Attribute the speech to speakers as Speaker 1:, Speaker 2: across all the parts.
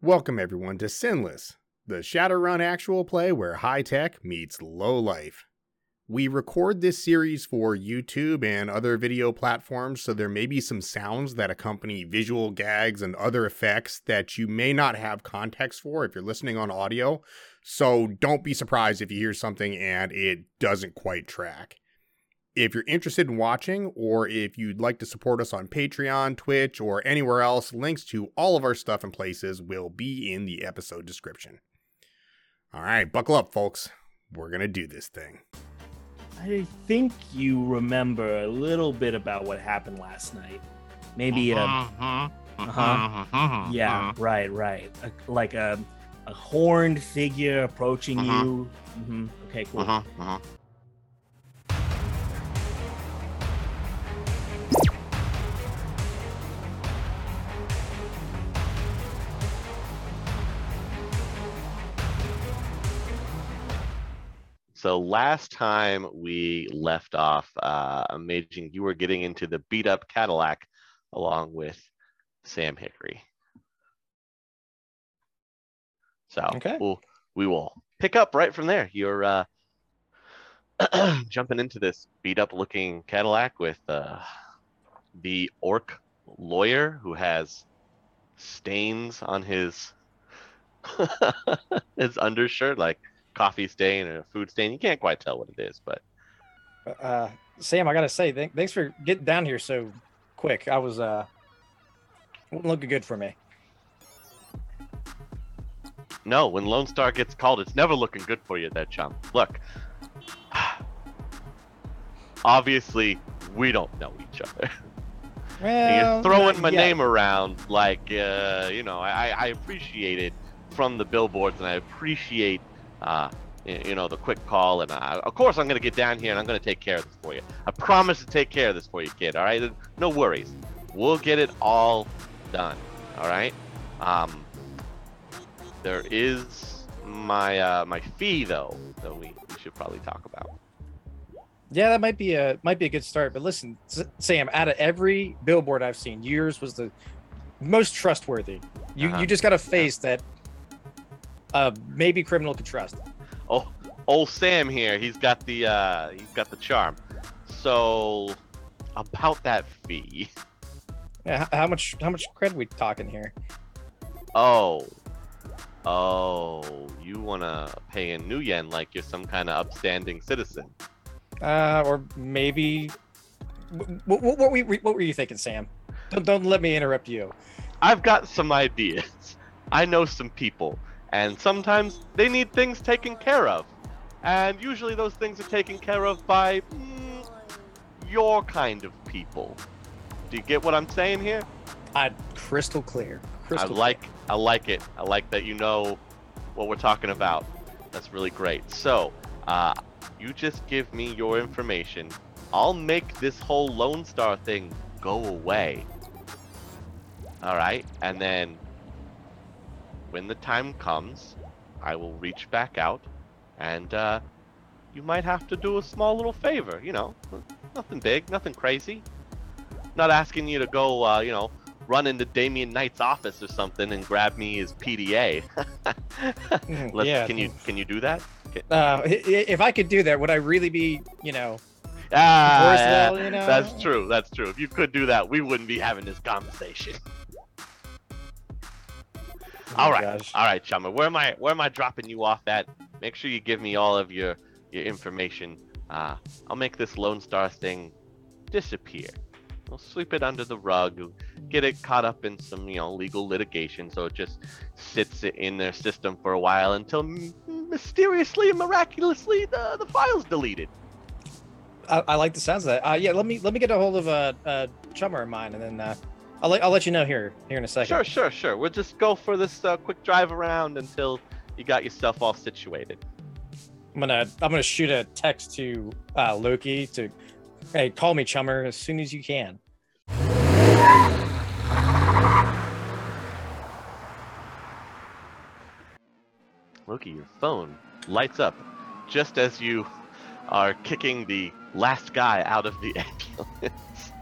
Speaker 1: Welcome, everyone, to Sinless, the Shadowrun actual play where high tech meets low life. We record this series for YouTube and other video platforms, so there may be some sounds that accompany visual gags and other effects that you may not have context for if you're listening on audio. So don't be surprised if you hear something and it doesn't quite track. If you're interested in watching, or if you'd like to support us on Patreon, Twitch, or anywhere else, links to all of our stuff and places will be in the episode description. All right, buckle up, folks. We're going to do this thing.
Speaker 2: I think you remember a little bit about what happened last night. Maybe a
Speaker 3: Uh-huh.
Speaker 2: yeah, right, right. A, like a a horned figure approaching
Speaker 3: Uh-huh.
Speaker 2: you. hmm Okay, cool.
Speaker 3: Uh-huh, uh-huh. So last time we left off, uh, Amazing, you were getting into the beat up Cadillac along with Sam Hickory. So
Speaker 4: Okay.
Speaker 3: we'll, we will pick up right from there. You're uh, jumping into this beat up looking Cadillac with uh, the orc lawyer who has stains on his his undershirt, like coffee stain or a food stain. You can't quite tell what it is, but
Speaker 4: uh sam i gotta say th- thanks for getting down here so quick i was uh wasn't looking good for me
Speaker 3: no, when Lone Star gets called, it's never looking good for you, that chump. Look, obviously, we don't know each other.
Speaker 4: well,
Speaker 3: You're throwing
Speaker 4: not
Speaker 3: my
Speaker 4: yet.
Speaker 3: name around like uh, you know. I, I appreciate it from the billboards, and I appreciate uh, y- you know the quick call. And I, of course, I'm gonna get down here and I'm gonna take care of this for you. I promise to take care of this for you, kid. All right, no worries. We'll get it all done. All right. Um, there is my uh, my fee though that we, we should probably talk about.
Speaker 4: yeah that might be a might be a good start but listen S- sam out of every billboard i've seen yours was the most trustworthy you
Speaker 3: Uh-huh.
Speaker 4: you just got a face that uh maybe criminal could trust
Speaker 3: Oh, old Sam here. He's got the uh, he's got the charm. So, about that fee.
Speaker 4: yeah, h- how much how much credit we talking here
Speaker 3: Oh, oh, you wanna pay in new yen like you're some kind of upstanding citizen?
Speaker 4: uh or maybe what, what, what, we, what were you thinking sam don't, don't let me interrupt you
Speaker 3: I've got some ideas. I know some people, and sometimes they need things taken care of. And usually those things are taken care of by mm, your kind of people. Do you get what I'm saying here?
Speaker 4: I crystal clear. Crystal
Speaker 3: I like I like it. I like that you know what we're talking about. That's really great. So, uh, you just give me your information. I'll make this whole Lone Star thing go away. All right, and then when the time comes, I will reach back out, and uh, you might have to do a small little favor. You know, nothing big, nothing crazy. Not asking you to go, uh, you know, run into Damien Knight's office or something and grab me his PDA.
Speaker 4: clear. Mm,
Speaker 3: Let's,
Speaker 4: yeah.
Speaker 3: Can you can you do that?
Speaker 4: Uh, i- i- if I could do that, would I really be, you know,
Speaker 3: Ah,
Speaker 4: Boris
Speaker 3: yeah,
Speaker 4: Lyle, you know?
Speaker 3: Ah, that's true. That's true. If you could do that, we wouldn't be having this conversation.
Speaker 4: Oh my
Speaker 3: all right, Uh,
Speaker 4: gosh.
Speaker 3: all right, Chama. Where am I? Where am I dropping you off at? Make sure you give me all of your your information. Uh, I'll make this Lone Star thing disappear. We'll sweep it under the rug, get it caught up in some you know legal litigation, so it just sits in their system for a while until m- mysteriously and miraculously the the file's deleted.
Speaker 4: I, I like the sounds of that. Uh, yeah. Let me let me get a hold of uh, uh chummer of mine, and then uh, I'll let I'll let you know here here in a second.
Speaker 3: Sure, sure, sure. We'll just go for this uh, quick drive around until you got yourself all situated.
Speaker 4: I'm gonna I'm gonna shoot a text to uh, Loki to, hey, call me chummer as soon as you can.
Speaker 3: Loki, your phone lights up just as you are kicking the last guy out of the ambulance.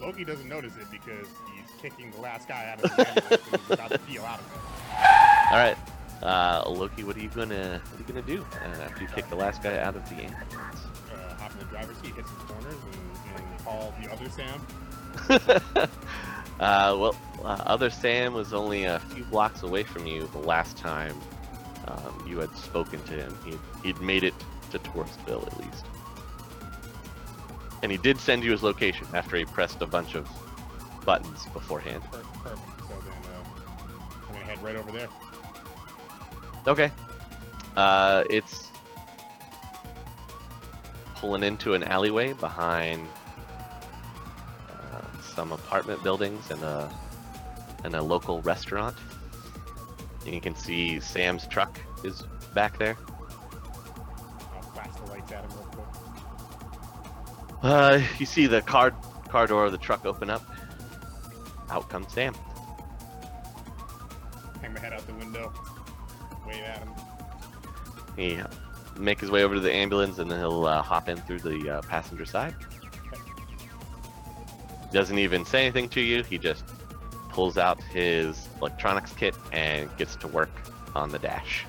Speaker 1: Loki doesn't notice it because he's kicking the last guy out of the ambulance and he's about to peel out of it.
Speaker 3: All right, uh, Loki, what are you gonna what are you gonna do uh, after you kick the last guy out of the ambulance?
Speaker 1: Uh, hop in the driver's seat, hit some corners, and, and call the other Sam.
Speaker 3: uh, well, uh, other Sam was only a few blocks away from you the last time um, you had spoken to him. He'd, he'd made it to Torresville at least. And he did send you his location after he pressed a bunch of buttons beforehand.
Speaker 1: Per- Perfect. So then uh, I'm gonna head right over there.
Speaker 3: Okay. Uh, it's pulling into an alleyway behind uh, some apartment buildings and a and a local restaurant. And you can see Sam's truck is back there.
Speaker 1: I'll flash the lights at him real quick.
Speaker 3: Uh, you see the car car door of the truck open up. Out comes Sam.
Speaker 1: Hang my head out the window. Wave at him.
Speaker 3: He uh, make his way over to the ambulance and then he'll uh, hop in through the uh, passenger side. Doesn't even say anything to you. He just pulls out his electronics kit and gets to work on the dash.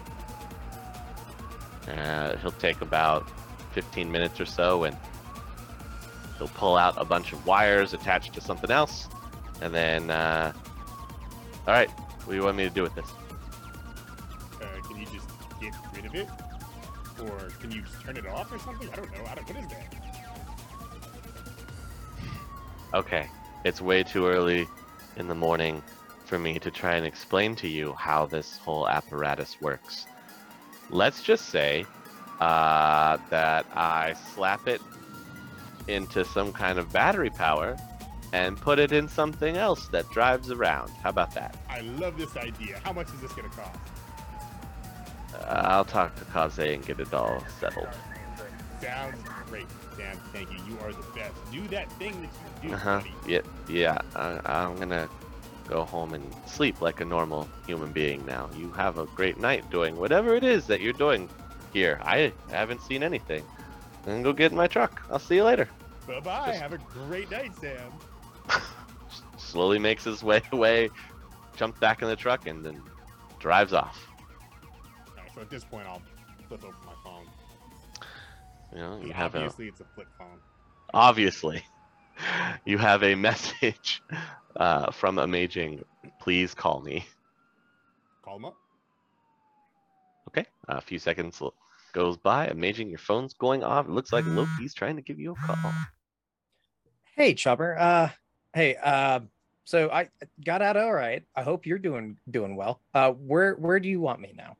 Speaker 3: Uh, he'll take about 15 minutes or so and he'll pull out a bunch of wires attached to something else. And then, uh, all right, what do you want me to do with this?
Speaker 1: Uh, can you just get rid of it? Or can you just turn it off or something? I don't know. I don't, what is that?
Speaker 3: Okay, it's way too early in the morning for me to try and explain to you how this whole apparatus works. Let's just say uh, that I slap it into some kind of battery power and put it in something else that drives around. How about that?
Speaker 1: I love this idea. How much is this gonna cost?
Speaker 3: Uh, I'll talk to Kaze and get it all settled.
Speaker 1: Sounds great, Sam. Thank you. You are the best. Do that thing that you do,
Speaker 3: Uh huh.
Speaker 1: buddy.
Speaker 3: Yeah, yeah. I, I'm gonna go home and sleep like a normal human being now. You have a great night doing whatever it is that you're doing here. I haven't seen anything. Then go get in my truck. I'll see you later.
Speaker 1: Bye bye.
Speaker 3: Just-
Speaker 1: Have a great night, Sam.
Speaker 3: S- Slowly makes his way away, jumps back in the truck, and then drives off.
Speaker 1: Alright, so at this point, I'll flip open my phone.
Speaker 3: You know, you
Speaker 1: And
Speaker 3: have a
Speaker 1: obviously, it's a flip phone.
Speaker 3: obviously you have a message uh, from Amazing. Please call me.
Speaker 1: Call him up.
Speaker 3: Okay, uh, a few seconds l- goes by. Amazing, your phone's going off. It looks like Loki's trying to give you a call.
Speaker 4: Hey, Chopper. Uh, hey. Uh, so I got out all right. I hope you're doing doing well. Uh, where where do you want me now?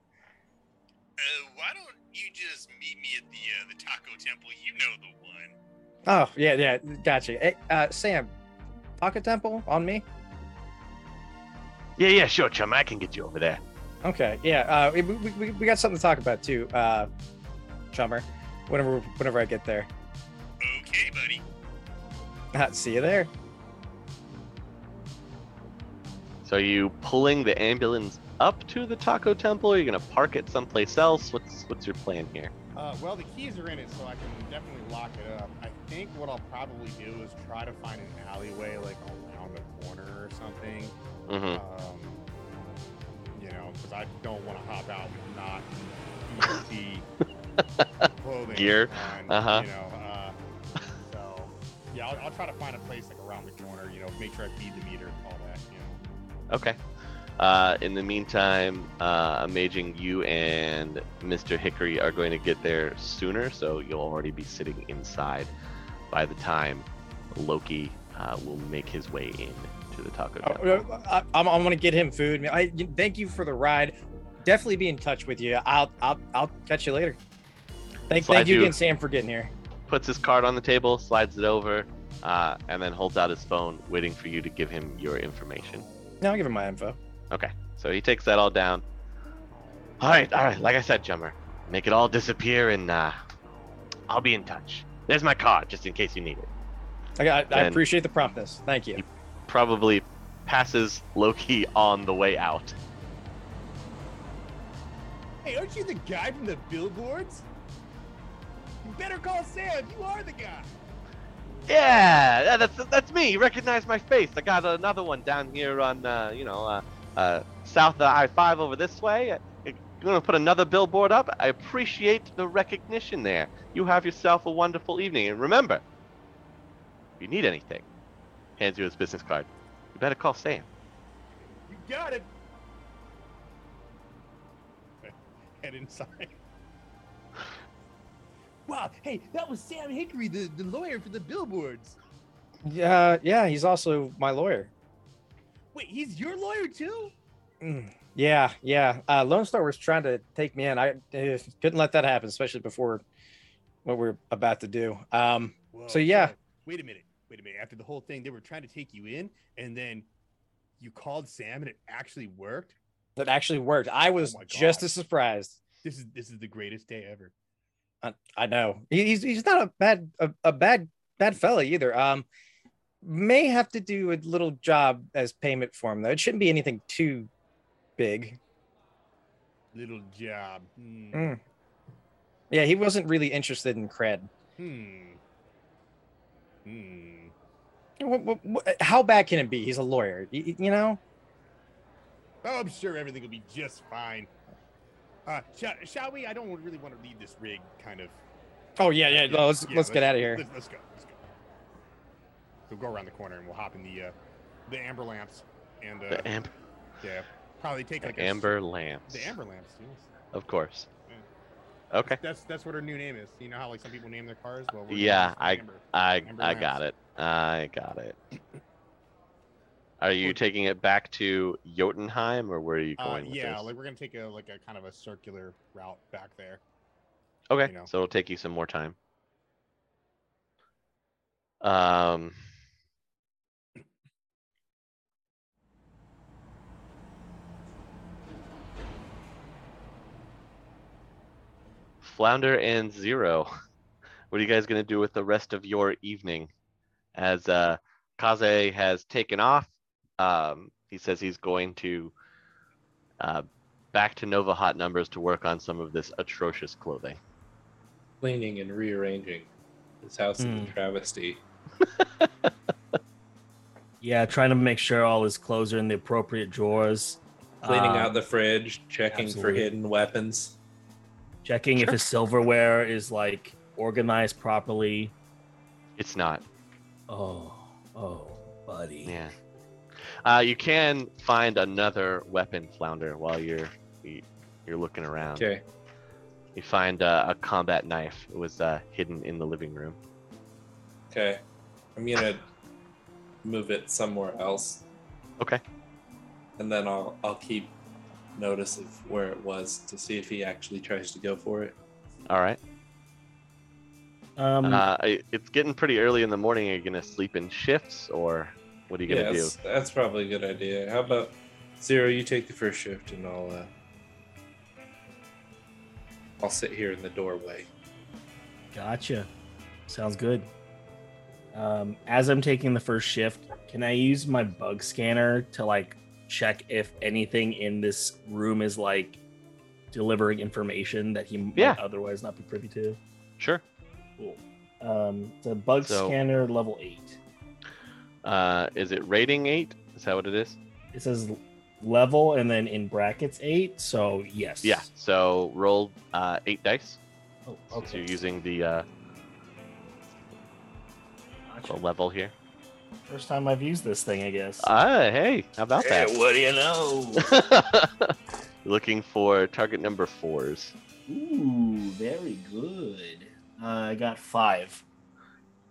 Speaker 5: Uh, why don't you just meet me at the uh, the Taco Temple? You know the one.
Speaker 4: Oh yeah yeah gotcha. Hey, uh, Sam, pocket temple on me.
Speaker 3: Yeah, yeah, sure, chum. I can get you over there.
Speaker 4: Okay yeah. Uh, we, we, we- we got something to talk about too. Uh, Chummer, whenever whenever I get there.
Speaker 5: Okay, buddy.
Speaker 4: See you there.
Speaker 3: So, are you pulling the ambulance up to the Taco Temple? Are you gonna park it someplace else? What's what's your plan here?
Speaker 1: Uh, well, the keys are in it, so I can definitely lock it up. I think what I'll probably do is try to find an alleyway, like around a corner or something.
Speaker 3: Mm-hmm.
Speaker 1: Um, you know, because I don't want to hop out with not EMT clothing
Speaker 3: Gear.
Speaker 1: on,
Speaker 3: Uh-huh.
Speaker 1: You know, uh, so yeah, I'll, I'll try to find a place like around the corner. You know, make sure I feed the meter, all that. You know,
Speaker 3: Okay. Uh, in the meantime, uh, Amazing, you and Mr. Hickory are going to get there sooner, so you'll already be sitting inside by the time Loki uh, will make his way in to the Taco
Speaker 4: Oh,
Speaker 3: Temple.
Speaker 4: no, I, I'm, I'm gonna get him food. I thank you for the ride. Definitely be in touch with you. I'll I'll, I'll catch you later. Thank,
Speaker 3: Slide
Speaker 4: thank you
Speaker 3: you.
Speaker 4: again, Sam, for getting here.
Speaker 3: puts his card on the table, slides it over, uh, and then holds out his phone, waiting for you to give him your information.
Speaker 4: No, I'll give him my info.
Speaker 3: Okay, so he takes that all down. All right, all right. Like I said, Jummer, make it all disappear, and uh, I'll be in touch. There's my card, just in case you need it.
Speaker 4: I, I, I
Speaker 3: And-
Speaker 4: appreciate the promptness. Thank you.
Speaker 3: Probably passes Loki on the way out.
Speaker 1: hey, aren't you the guy from the billboards? You better call Sam. You are the guy.
Speaker 3: Yeah, yeah, that's that's me. You recognize my face. I got another one down here on, uh, you know, uh, uh, south of I 5 over this way. You're going to put another billboard up. I appreciate the recognition there. You have yourself a wonderful evening. And remember, if you need anything, hands you his business card. You better call Sam.
Speaker 1: You got it. Head inside.
Speaker 6: Wow, hey, that was Sam Hickory, the, the lawyer for the billboards.
Speaker 4: Yeah, yeah, he's also my lawyer.
Speaker 6: Wait, he's your lawyer too?
Speaker 4: Mm, Yeah, yeah. Uh, Lone Star was trying to take me in. I uh, couldn't let that happen, especially before what we're about to do. Um,
Speaker 6: Whoa,
Speaker 4: So, yeah.
Speaker 6: Sam, Wait a minute. Wait a minute. After the whole thing, they were trying to take you in, and then you called Sam, and it actually worked.
Speaker 4: that actually worked. I was
Speaker 6: my God.
Speaker 4: just as surprised.
Speaker 6: This is this is the greatest day ever.
Speaker 4: I, I know He- he's he's not a bad a, a bad bad fella either. Um, may have to do a little job as payment for him though. It shouldn't be anything too big.
Speaker 1: Little job. Hmm.
Speaker 4: Mm. Yeah, he wasn't really interested in cred.
Speaker 1: Hmm. Hmm.
Speaker 4: Wha- wha- wha- How bad can it be? He's a lawyer, y- y- you know.
Speaker 1: Oh, I'm sure everything will be just fine. Uh, shall, shall we? I don't really want to leave this rig kind of.
Speaker 4: Oh yeah, yeah. no, let's
Speaker 1: Yeah,
Speaker 4: let's get out of here.
Speaker 1: Let's, let's go. Let's go. We'll go around the corner and we'll hop in the uh, the amber lamps and uh,
Speaker 3: The amber,
Speaker 1: yeah, probably take like
Speaker 3: the
Speaker 1: a s-
Speaker 3: amber lamps.
Speaker 1: The amber lamps. Yes.
Speaker 3: Of course. Okay.
Speaker 1: That's that's what her new name is. You know how like some people name their cars. Well, we're
Speaker 3: Yeah,
Speaker 1: just
Speaker 3: I-
Speaker 1: Amber.
Speaker 3: I
Speaker 1: Amber
Speaker 3: I got it. I got it. Are you taking it back to Jotunheim, or where are you
Speaker 1: Uh,
Speaker 3: going with
Speaker 1: yeah,
Speaker 3: this?
Speaker 1: like we're gonna take a like a kind of a circular route back there.
Speaker 3: okay,
Speaker 1: you know.
Speaker 3: so it'll take you some more time. Um. Flounder and Zero, what are you guys gonna do with the rest of your evening? As uh, Kaze has taken off, um, he says he's going to uh, back to Nova Hot Numbers to work on some of this atrocious clothing.
Speaker 7: cleaning and rearranging. His house is
Speaker 2: Hmm.
Speaker 7: a travesty.
Speaker 2: Yeah, trying to make sure all his clothes are in the appropriate drawers.
Speaker 7: Cleaning
Speaker 2: Um,
Speaker 7: out the fridge, checking
Speaker 2: absolutely.
Speaker 7: for hidden weapons.
Speaker 2: checking if his silverware is like organized properly.
Speaker 3: It's not.
Speaker 2: Oh, oh, buddy.
Speaker 3: Yeah. Uh, you can find another weapon, Flounder, while you're you- you're looking around.
Speaker 7: Okay.
Speaker 3: You find uh, a combat knife. It was uh, hidden in the living room.
Speaker 7: Okay. I'm gonna move it somewhere else.
Speaker 3: Okay.
Speaker 7: And then I'll I'll keep notice of where it was to see if he actually tries to go for it.
Speaker 3: All right.
Speaker 2: Um,
Speaker 3: uh, I- it's getting pretty early in the morning. Are you gonna sleep in shifts, or what are you gonna
Speaker 7: that's, that's probably a good idea. How about Zero? You take the first shift, and I'll uh, I'll sit here in the doorway.
Speaker 2: gotcha. Sounds good. Um, as I'm taking the first shift, can I use my bug scanner to like check if anything in this room is like delivering information that he
Speaker 3: Yeah.
Speaker 2: might otherwise not be privy to?
Speaker 3: do? Sure.
Speaker 2: Cool. Um, the bug
Speaker 3: So-
Speaker 2: scanner level eight.
Speaker 3: Uh, is it rating eight? Is that what it is?
Speaker 2: It says level and then in brackets eight. So yes.
Speaker 3: Yeah. So roll uh, eight dice.
Speaker 2: Oh,
Speaker 3: Since
Speaker 2: okay.
Speaker 3: you're using the uh,
Speaker 2: Gotcha.
Speaker 3: the level here.
Speaker 2: First time I've used this thing, I guess.
Speaker 3: Ah, hey, how about that?
Speaker 2: what do you know?
Speaker 3: Looking for target number fours.
Speaker 2: Ooh, very good. Uh, I got five.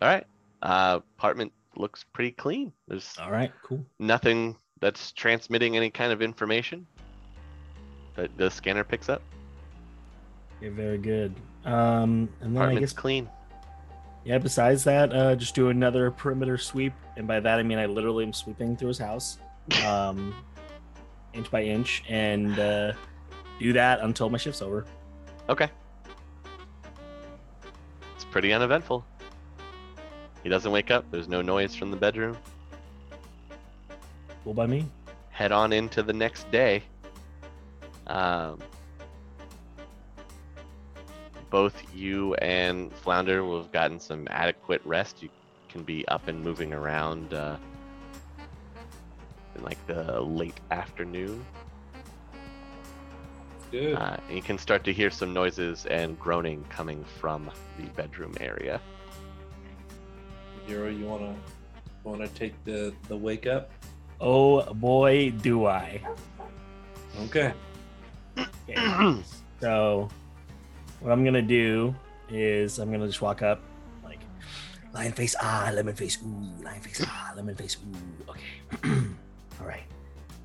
Speaker 3: All right. Uh, apartment looks pretty clean. There's
Speaker 2: All right, cool.
Speaker 3: nothing that's transmitting any kind of information that the scanner picks up.
Speaker 2: You're very good. Um, and then I
Speaker 3: Apartment's
Speaker 2: guess
Speaker 3: clean.
Speaker 2: yeah. Besides that, uh, just do another perimeter sweep, and by that I mean I literally am sweeping through his house, um, inch by inch, and uh, do that until my shift's over.
Speaker 3: Okay. It's pretty uneventful. He doesn't wake up. There's no noise from the bedroom.
Speaker 2: Cool by me.
Speaker 3: head on into the next day. Um, both you and Flounder will have gotten some adequate rest. You can be up and moving around uh, in like the late afternoon.
Speaker 7: Good.
Speaker 3: Uh, and you can start to hear some noises and groaning coming from the bedroom area.
Speaker 7: Yuri, you wanna wanna take the the wake up?
Speaker 2: Oh boy, do I.
Speaker 7: Okay.
Speaker 2: Okay. so, what I'm gonna do is I'm gonna just walk up, like, lion face, ah, lemon face, ooh, lion face, ah, lemon face, ooh. Okay. All right.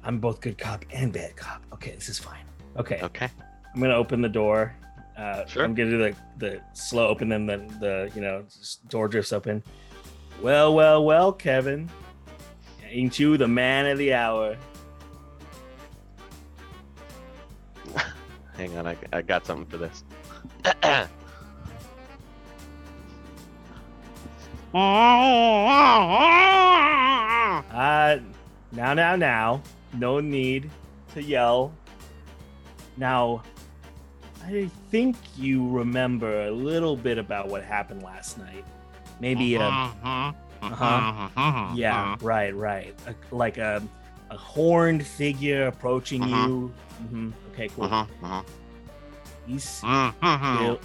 Speaker 2: I'm both good cop and bad cop. Okay, this is fine. Okay.
Speaker 3: Okay.
Speaker 2: I'm gonna open the door. Uh,
Speaker 3: Sure.
Speaker 2: I'm gonna do the, the slow open, then the, the you know s- door drifts open. Well, well, well, Kevin, ain't you the man of the hour?
Speaker 3: Hang on, I, I got something for this.
Speaker 2: Uh, now, now, now, no need to yell. Now, I think you remember a little bit about what happened last night. Maybe a Uh-huh.
Speaker 3: Uh-huh.
Speaker 2: Yeah, right, right. A, like a, a horned figure approaching
Speaker 5: Uh-huh.
Speaker 2: you. hmm Okay, cool.
Speaker 3: Uh-huh.
Speaker 2: He's Oh, okay,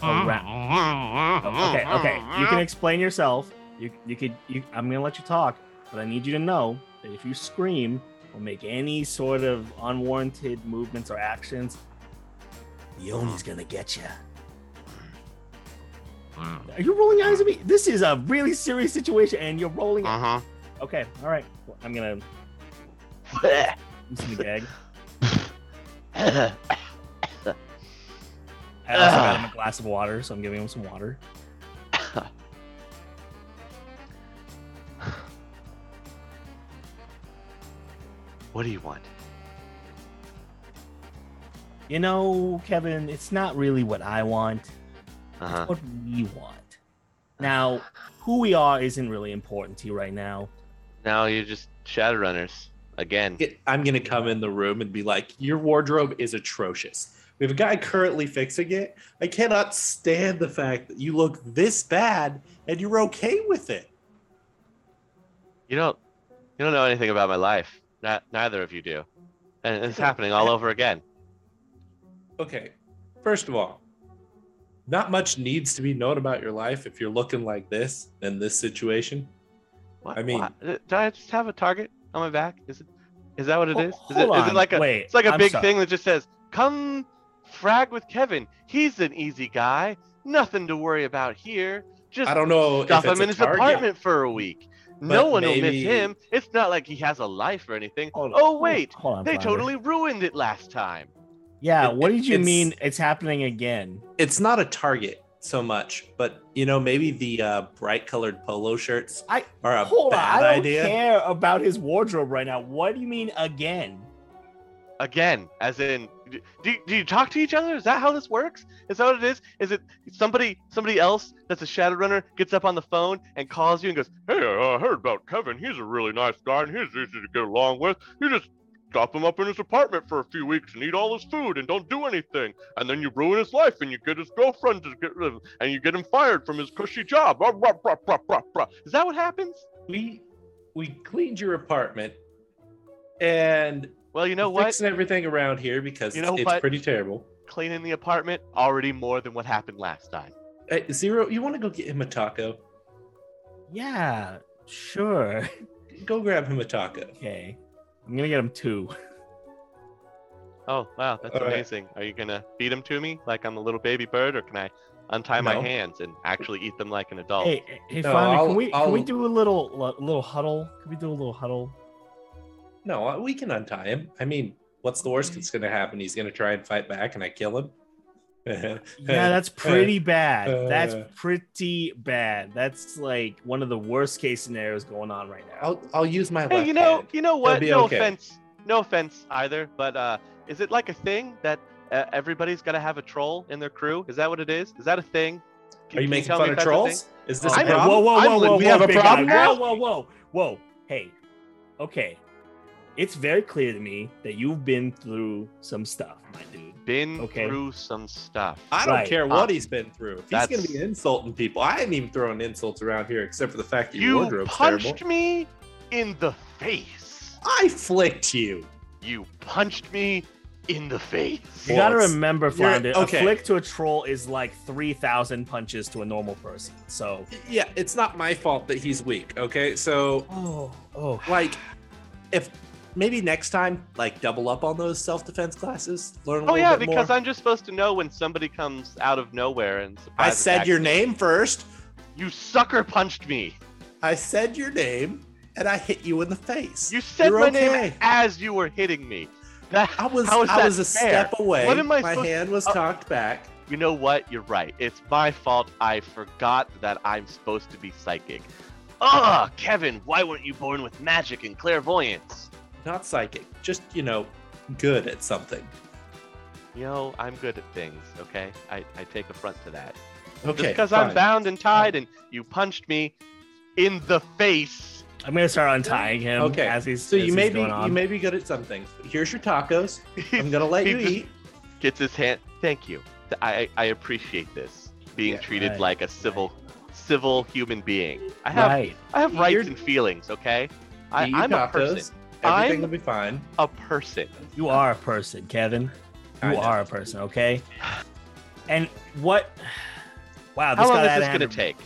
Speaker 3: Mm,
Speaker 2: okay. You can explain yourself. You you could. You, I'm gonna let you talk, but I need you to know that if you scream or make any sort of unwarranted movements or actions, the Yoni's gonna get you. Are you rolling eyes at me? This is a really serious situation, and you're rolling.
Speaker 3: Uh.
Speaker 5: Uh-huh.
Speaker 2: Okay, all right. Well, I'm gonna. I'm just gonna gag. I also got him a glass of water, so I'm giving him some water.
Speaker 3: what do you want?
Speaker 2: You know, Kevin, it's not really what I want.
Speaker 3: Uh-huh.
Speaker 2: what we want. Now, who we are isn't really important to you right now.
Speaker 3: Now you're just Shadowrunners again.
Speaker 7: Get- I'm gonna come in the room and be like, your wardrobe is atrocious. We have a guy currently fixing it. I cannot stand the fact that you look this bad and you're okay with it.
Speaker 3: You don't you don't know anything about my life. Not neither of you do. And it's happening all over again.
Speaker 7: Okay, first of all, not much needs to be known about your life if you're looking like this in this situation.
Speaker 3: What,
Speaker 7: I mean-
Speaker 3: what? did Uh, I just have a target on my back? Is it is that what it
Speaker 2: Ho-
Speaker 3: is? Is
Speaker 2: hold
Speaker 3: it, is
Speaker 2: on.
Speaker 3: it like a
Speaker 2: Wait,
Speaker 3: it's like a
Speaker 2: I'm
Speaker 3: big
Speaker 2: sorry.
Speaker 3: thing that just says, "Come frag with Kevin. He's an easy guy. Nothing to worry about here. Just
Speaker 7: I don't know if
Speaker 3: stuff
Speaker 7: it's
Speaker 3: him
Speaker 7: a
Speaker 3: in his
Speaker 7: target.
Speaker 3: apartment for a week. no
Speaker 7: But
Speaker 3: one will miss
Speaker 7: maybe-
Speaker 3: him. It's not like he has a life or anything.
Speaker 2: Hold on,
Speaker 3: oh wait,
Speaker 2: hold on,
Speaker 3: they
Speaker 2: Flounder.
Speaker 3: totally ruined it last time.
Speaker 2: Yeah,
Speaker 7: It-
Speaker 2: what did you
Speaker 7: it's-
Speaker 2: mean? It's happening again.
Speaker 7: It's not a target so much, but you know maybe the uh, bright colored polo shirts
Speaker 2: I-
Speaker 7: are a
Speaker 2: Hold on,
Speaker 7: bad
Speaker 2: I don't
Speaker 7: idea.
Speaker 2: care about his wardrobe right now. What do you mean again?
Speaker 3: again as in d- do, do you talk to each other is that how this works is that what it is is it somebody somebody else that's a shadowrunner gets up on the phone and calls you and goes hey i uh, heard about kevin he's a really nice guy and he's easy to get along with you just stop him up in his apartment for a few weeks and eat all his food and don't do anything and then you ruin his life and you get his girlfriend to get rid of him and you get him fired from his cushy job Rah, rah, rah, rah, rah, rah. is that what happens
Speaker 7: We we cleaned your apartment and
Speaker 3: well you know
Speaker 7: we're
Speaker 3: what
Speaker 7: fixing everything around here because
Speaker 3: You
Speaker 7: it's-
Speaker 3: know
Speaker 7: it's
Speaker 3: what?
Speaker 7: pretty terrible.
Speaker 3: cleaning the apartment already more than what happened last time
Speaker 7: Uh, Zero, you want to go get him a taco?
Speaker 2: Yeah, sure.
Speaker 7: Go grab him a taco.
Speaker 2: Okay. I'm gonna get him two.
Speaker 3: Oh wow, that's
Speaker 7: All right.
Speaker 3: amazing! Are you gonna feed them to me like I'm a little baby bird, or can I untie my
Speaker 7: No.
Speaker 3: hands and actually eat them like an adult?
Speaker 2: Hey, hey,
Speaker 7: No,
Speaker 2: Flounder,
Speaker 7: I'll-
Speaker 2: can we can we
Speaker 7: I'll-
Speaker 2: do a little little huddle? Can we do a little huddle?
Speaker 7: No, uh, we can untie him. I mean, what's the worst that's going to happen? He's going to try and fight back, and I kill him.
Speaker 2: Yeah, that's pretty bad. that's
Speaker 7: uh.
Speaker 2: pretty bad. That's like one of the worst case scenarios going on right now.
Speaker 7: I'll I'll use my.
Speaker 3: Hey,
Speaker 7: left
Speaker 3: you know,
Speaker 7: hand.
Speaker 3: you know what?
Speaker 7: be
Speaker 3: No
Speaker 7: okay.
Speaker 3: offense, no offense either, but uh, is it like a thing that uh, everybody's gotta have a troll in their crew? Is that what it is? Is that a thing? Can-
Speaker 7: Are you
Speaker 3: can
Speaker 7: making
Speaker 3: tell me if
Speaker 7: fun of
Speaker 3: that's a
Speaker 7: trolls? Is this
Speaker 2: Oh,
Speaker 7: a
Speaker 3: I'm-
Speaker 2: man.
Speaker 7: problem?
Speaker 2: Whoa, whoa,
Speaker 3: I'm
Speaker 2: whoa,
Speaker 3: lit-
Speaker 2: whoa,
Speaker 3: we
Speaker 2: whoa,
Speaker 3: have a
Speaker 2: big guy.
Speaker 3: problem now?
Speaker 2: Whoa, whoa, whoa, whoa. Hey, okay. It's very clear to me that you've been through some stuff, my dude.
Speaker 3: thing? Been
Speaker 2: Okay.
Speaker 3: through some stuff.
Speaker 7: I don't
Speaker 2: Right.
Speaker 7: care
Speaker 3: Uh,
Speaker 7: what he's been through. If he's
Speaker 3: that's-
Speaker 7: going to be insulting people, I ain't even throwing insults around here except for the fact that your
Speaker 3: You
Speaker 7: wardrobe's
Speaker 3: punched
Speaker 7: terrible.
Speaker 3: me in the face.
Speaker 7: I flicked you.
Speaker 3: You punched me in the face.
Speaker 2: You
Speaker 7: Well,
Speaker 2: gotta
Speaker 7: it's-
Speaker 2: remember,
Speaker 7: you're-
Speaker 2: Flounder,
Speaker 7: okay.
Speaker 2: a flick to a troll is like 3,000 punches to a normal person. So.
Speaker 7: Yeah, it's not my fault that he's weak. Okay, so
Speaker 2: Oh, oh.
Speaker 7: like, if maybe next time, like, double up on those self-defense classes. Learn a
Speaker 3: Oh
Speaker 7: little
Speaker 3: yeah,
Speaker 7: bit
Speaker 3: because
Speaker 7: more.
Speaker 3: I'm just supposed to know when somebody comes out of nowhere and
Speaker 7: I
Speaker 3: surprise
Speaker 7: said
Speaker 3: attacks
Speaker 7: your
Speaker 3: me.
Speaker 7: name first.
Speaker 3: You sucker punched me.
Speaker 7: I said your name, and I hit you in the face.
Speaker 3: You said
Speaker 7: You're
Speaker 3: my name
Speaker 7: okay.
Speaker 3: as you were hitting me. That
Speaker 7: I was
Speaker 3: How is
Speaker 7: I
Speaker 3: that
Speaker 7: was a
Speaker 3: fair?
Speaker 7: step away.
Speaker 3: What am I
Speaker 7: my
Speaker 3: supposed-
Speaker 7: hand was
Speaker 3: Oh.
Speaker 7: cocked back.
Speaker 3: you know what? You're right. It's my fault. I forgot that I'm supposed to be psychic. Ugh, Kevin, why weren't you born with magic and clairvoyance?
Speaker 7: Not psychic, just you know, good at something.
Speaker 3: You know, I'm good at things, okay? I, I take affront to that.
Speaker 7: Okay,
Speaker 3: Just because
Speaker 7: fine.
Speaker 3: I'm bound and tied and you punched me in the face.
Speaker 2: I'm gonna start untying him
Speaker 7: Okay,
Speaker 2: as he's
Speaker 7: So
Speaker 2: as
Speaker 7: you
Speaker 2: he's
Speaker 7: may be
Speaker 2: going on.
Speaker 7: you may be good at some things. Here's your tacos.
Speaker 3: He
Speaker 7: I'm gonna let
Speaker 3: he
Speaker 7: you
Speaker 3: just
Speaker 7: eat.
Speaker 3: Gets his hand. Thank you. Th- I, I appreciate this. Being
Speaker 7: Yeah,
Speaker 3: treated
Speaker 2: right,
Speaker 3: like a civil civil human being. I have
Speaker 2: right.
Speaker 3: I have rights
Speaker 7: You're-
Speaker 3: and feelings, okay? I,
Speaker 7: eat your
Speaker 3: I'm a person.
Speaker 7: Everything
Speaker 3: I'm-
Speaker 7: will be fine.
Speaker 3: A person.
Speaker 2: You are a person, Kevin.
Speaker 7: I
Speaker 2: You
Speaker 7: know.
Speaker 2: are a person, okay? And what? Wow, Uh, this
Speaker 3: How long
Speaker 2: got
Speaker 3: is
Speaker 2: out
Speaker 3: this
Speaker 2: of hand.
Speaker 3: gonna take?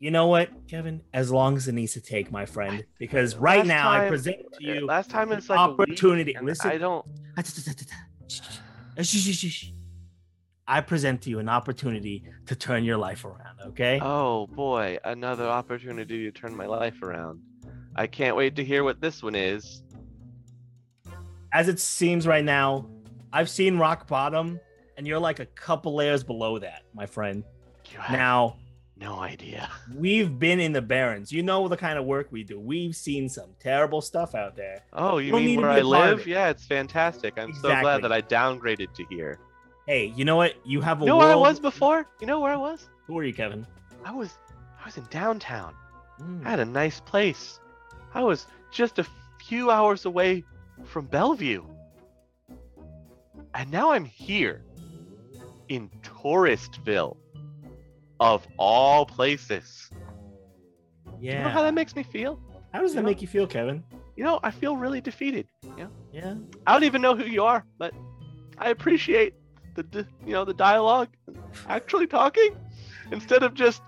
Speaker 2: You know what, Kevin? As long as it needs to take, my friend, because right
Speaker 3: Last
Speaker 2: now I
Speaker 3: time-
Speaker 2: present to you.
Speaker 3: Uh,
Speaker 2: Ah,
Speaker 3: Last time it's
Speaker 2: an
Speaker 3: like a week,
Speaker 2: opportunity.
Speaker 3: and
Speaker 2: Listen.
Speaker 3: I don't.
Speaker 2: I present to you an opportunity to turn your life around, okay?
Speaker 3: Oh boy, another opportunity to turn my life around. I can't wait to hear what this one is.
Speaker 2: As it seems right now, I've seen rock bottom, and you're like a couple layers below that, my friend.
Speaker 3: You have
Speaker 2: Now,
Speaker 3: no idea.
Speaker 2: we've been in the barrens. You know the kind of work we do. We've seen some terrible stuff out there.
Speaker 3: Oh, you
Speaker 2: don't need
Speaker 3: mean
Speaker 2: to
Speaker 3: where
Speaker 2: be
Speaker 3: I
Speaker 2: a part of it.
Speaker 3: live? Yeah, it's fantastic. I'm so
Speaker 2: Exactly.
Speaker 3: glad that I downgraded to here.
Speaker 2: Hey, you know what? You have a
Speaker 3: You know
Speaker 2: world.
Speaker 3: where I was before? You know where I was?
Speaker 2: Who are you, Kevin?
Speaker 3: I was, I was in downtown.
Speaker 2: Mm.
Speaker 3: I had a nice place. I was just a few hours away from Bellevue. And now I'm here in Touristville, of all places.
Speaker 2: Yeah.
Speaker 3: You know how that makes me feel?
Speaker 2: How does that
Speaker 3: Yeah.
Speaker 2: make you feel, Kevin?
Speaker 3: You know, I feel really defeated.
Speaker 2: Yeah.
Speaker 3: I don't even know who you are, but I appreciate the, d you know the dialogue, actually talking instead of just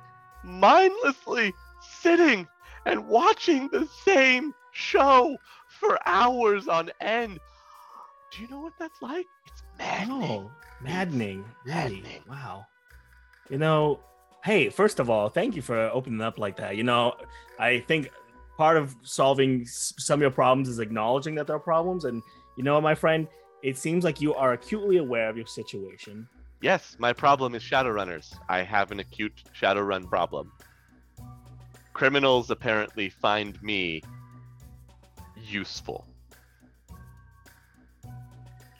Speaker 3: mindlessly sitting and watching the same show for hours on end. Do you know what that's like? It's maddening.
Speaker 2: Oh, maddening. Really?
Speaker 3: Maddening.
Speaker 2: Wow. You know, hey, first of all, thank you for opening up like that. You know, I think part of solving s- some of your problems is acknowledging that there are problems. And you know, my friend, it seems like you are acutely aware of your situation.
Speaker 3: Yes, my problem is Shadowrunners. I have an acute Shadowrun problem. Criminals apparently find me useful.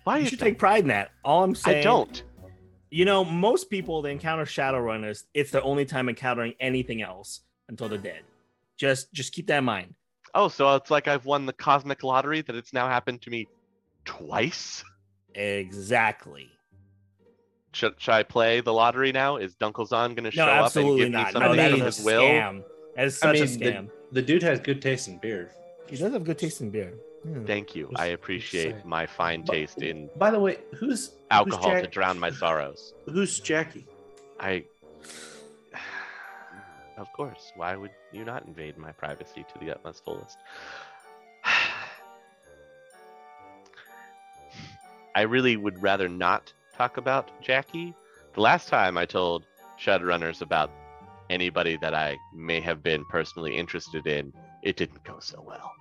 Speaker 3: Why
Speaker 2: You
Speaker 3: is
Speaker 2: should
Speaker 3: that?
Speaker 2: take pride in that. All I'm saying
Speaker 3: I don't.
Speaker 2: You know, most people they encounter Shadowrunners, it's their only time encountering anything else until they're dead. Just just keep that in mind.
Speaker 3: Oh, so it's like I've won the cosmic lottery that it's now happened to me twice.
Speaker 2: Exactly.
Speaker 3: Should, should I play the lottery now? Is Dunkelzahn going to show
Speaker 2: No,
Speaker 3: up and
Speaker 2: absolutely
Speaker 3: give me
Speaker 2: not.
Speaker 3: something
Speaker 2: No, that
Speaker 3: from
Speaker 2: is a
Speaker 3: his will?
Speaker 2: scam. That is
Speaker 7: I
Speaker 2: such a
Speaker 7: mean, the-
Speaker 2: scam.
Speaker 7: The dude has good taste in beer.
Speaker 2: He does have good taste in beer. Hmm.
Speaker 3: Thank you.
Speaker 7: Just-
Speaker 3: I
Speaker 7: just
Speaker 3: appreciate
Speaker 7: saying.
Speaker 3: my fine
Speaker 7: But-
Speaker 3: taste in
Speaker 7: By the way, who's who's
Speaker 3: alcohol
Speaker 7: Jack-
Speaker 3: to drown my sorrows.
Speaker 7: Who's Jackie?
Speaker 3: I. Of course. Why would you not invade my privacy to the utmost fullest? I really would rather not talk about Jackie. The last time I told Shadowrunners about anybody that I may have been personally interested in, it didn't go so well.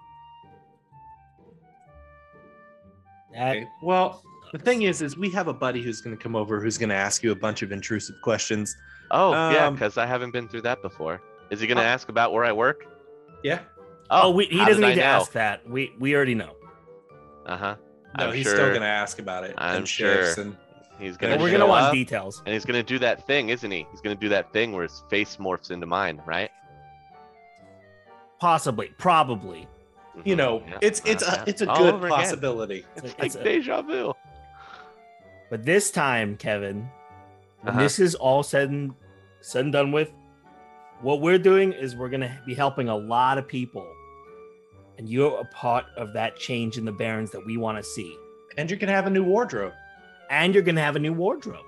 Speaker 2: That-
Speaker 7: Okay. Well, the thing is, is we have a buddy who's going to come over who's going to ask you a bunch of intrusive questions.
Speaker 3: Oh, yeah,
Speaker 7: Um,
Speaker 3: because I haven't been through that before. Is he going to
Speaker 7: Oh.
Speaker 3: ask about where I work?
Speaker 7: Yeah.
Speaker 2: uh, oh, we, he
Speaker 3: how
Speaker 2: doesn't
Speaker 3: did I
Speaker 2: need to
Speaker 3: know?
Speaker 2: ask that. We we already know.
Speaker 3: Uh huh.
Speaker 7: No,
Speaker 3: I'm
Speaker 7: he's
Speaker 3: sure
Speaker 7: still going to ask about it.
Speaker 3: I'm
Speaker 7: and shifts
Speaker 3: sure.
Speaker 7: And,
Speaker 3: he's
Speaker 7: But
Speaker 3: going
Speaker 2: But
Speaker 3: to.
Speaker 2: we're
Speaker 3: show
Speaker 2: gonna want
Speaker 3: up.
Speaker 2: details.
Speaker 3: And he's gonna do that thing, isn't he? He's gonna do that thing where his face morphs into mine, right?
Speaker 2: Possibly, probably.
Speaker 7: you know,
Speaker 3: Mhm, yeah,
Speaker 7: it's it's
Speaker 3: yeah.
Speaker 7: a it's a
Speaker 3: All
Speaker 7: good
Speaker 3: over again.
Speaker 7: possibility.
Speaker 2: It's
Speaker 3: It's
Speaker 2: a- it's
Speaker 3: like
Speaker 2: a-
Speaker 3: deja vu.
Speaker 2: But this time, Kevin, when
Speaker 3: Uh-huh.
Speaker 2: this is all said and said and done with, what we're doing is we're gonna be helping a lot of people and you're a part of that change in the Barons that we want to see.
Speaker 7: And you can have a new wardrobe.
Speaker 2: And you're going to have a new wardrobe.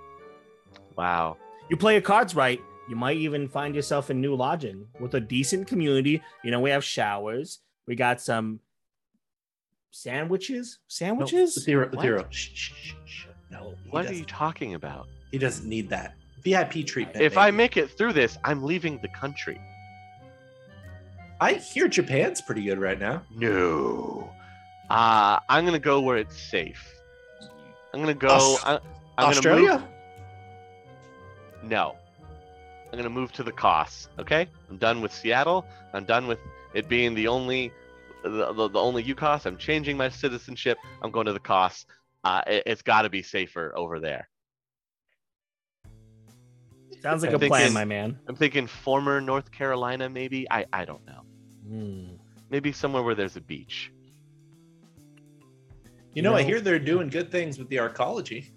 Speaker 3: Wow.
Speaker 2: You play your cards right, you might even find yourself in new lodging with a decent community. You know, we have showers, we got some sandwiches,
Speaker 7: No,
Speaker 2: sandwiches.
Speaker 7: Zero.
Speaker 3: What?
Speaker 7: Zero. Shh, shh, shh, shh. No. he
Speaker 3: What are
Speaker 7: doesn't-
Speaker 3: you talking about?
Speaker 7: He doesn't need that. VIP treatment.
Speaker 3: If I
Speaker 7: baby.
Speaker 3: make it through this, I'm leaving the country.
Speaker 7: I hear Japan's pretty good right now.
Speaker 3: No. Uh, I'm gonna go where it's safe. I'm gonna go.
Speaker 7: Aus-
Speaker 3: I, I'm Gonna
Speaker 7: Australia?
Speaker 3: move, no. I'm gonna move to the cost. Okay. I'm done with Seattle. I'm done with it being the only, the, the, the only UCOS. I'm changing my citizenship. I'm going to the cost. Uh, it, it's got to be safer over there.
Speaker 2: Sounds like
Speaker 3: I
Speaker 2: a
Speaker 3: think
Speaker 2: plan,
Speaker 3: it's-
Speaker 2: my man.
Speaker 3: I'm thinking former North Carolina, maybe. I I don't know. Maybe somewhere where there's a beach.
Speaker 7: You know, I
Speaker 2: No.
Speaker 7: hear they're doing good things with the arcology.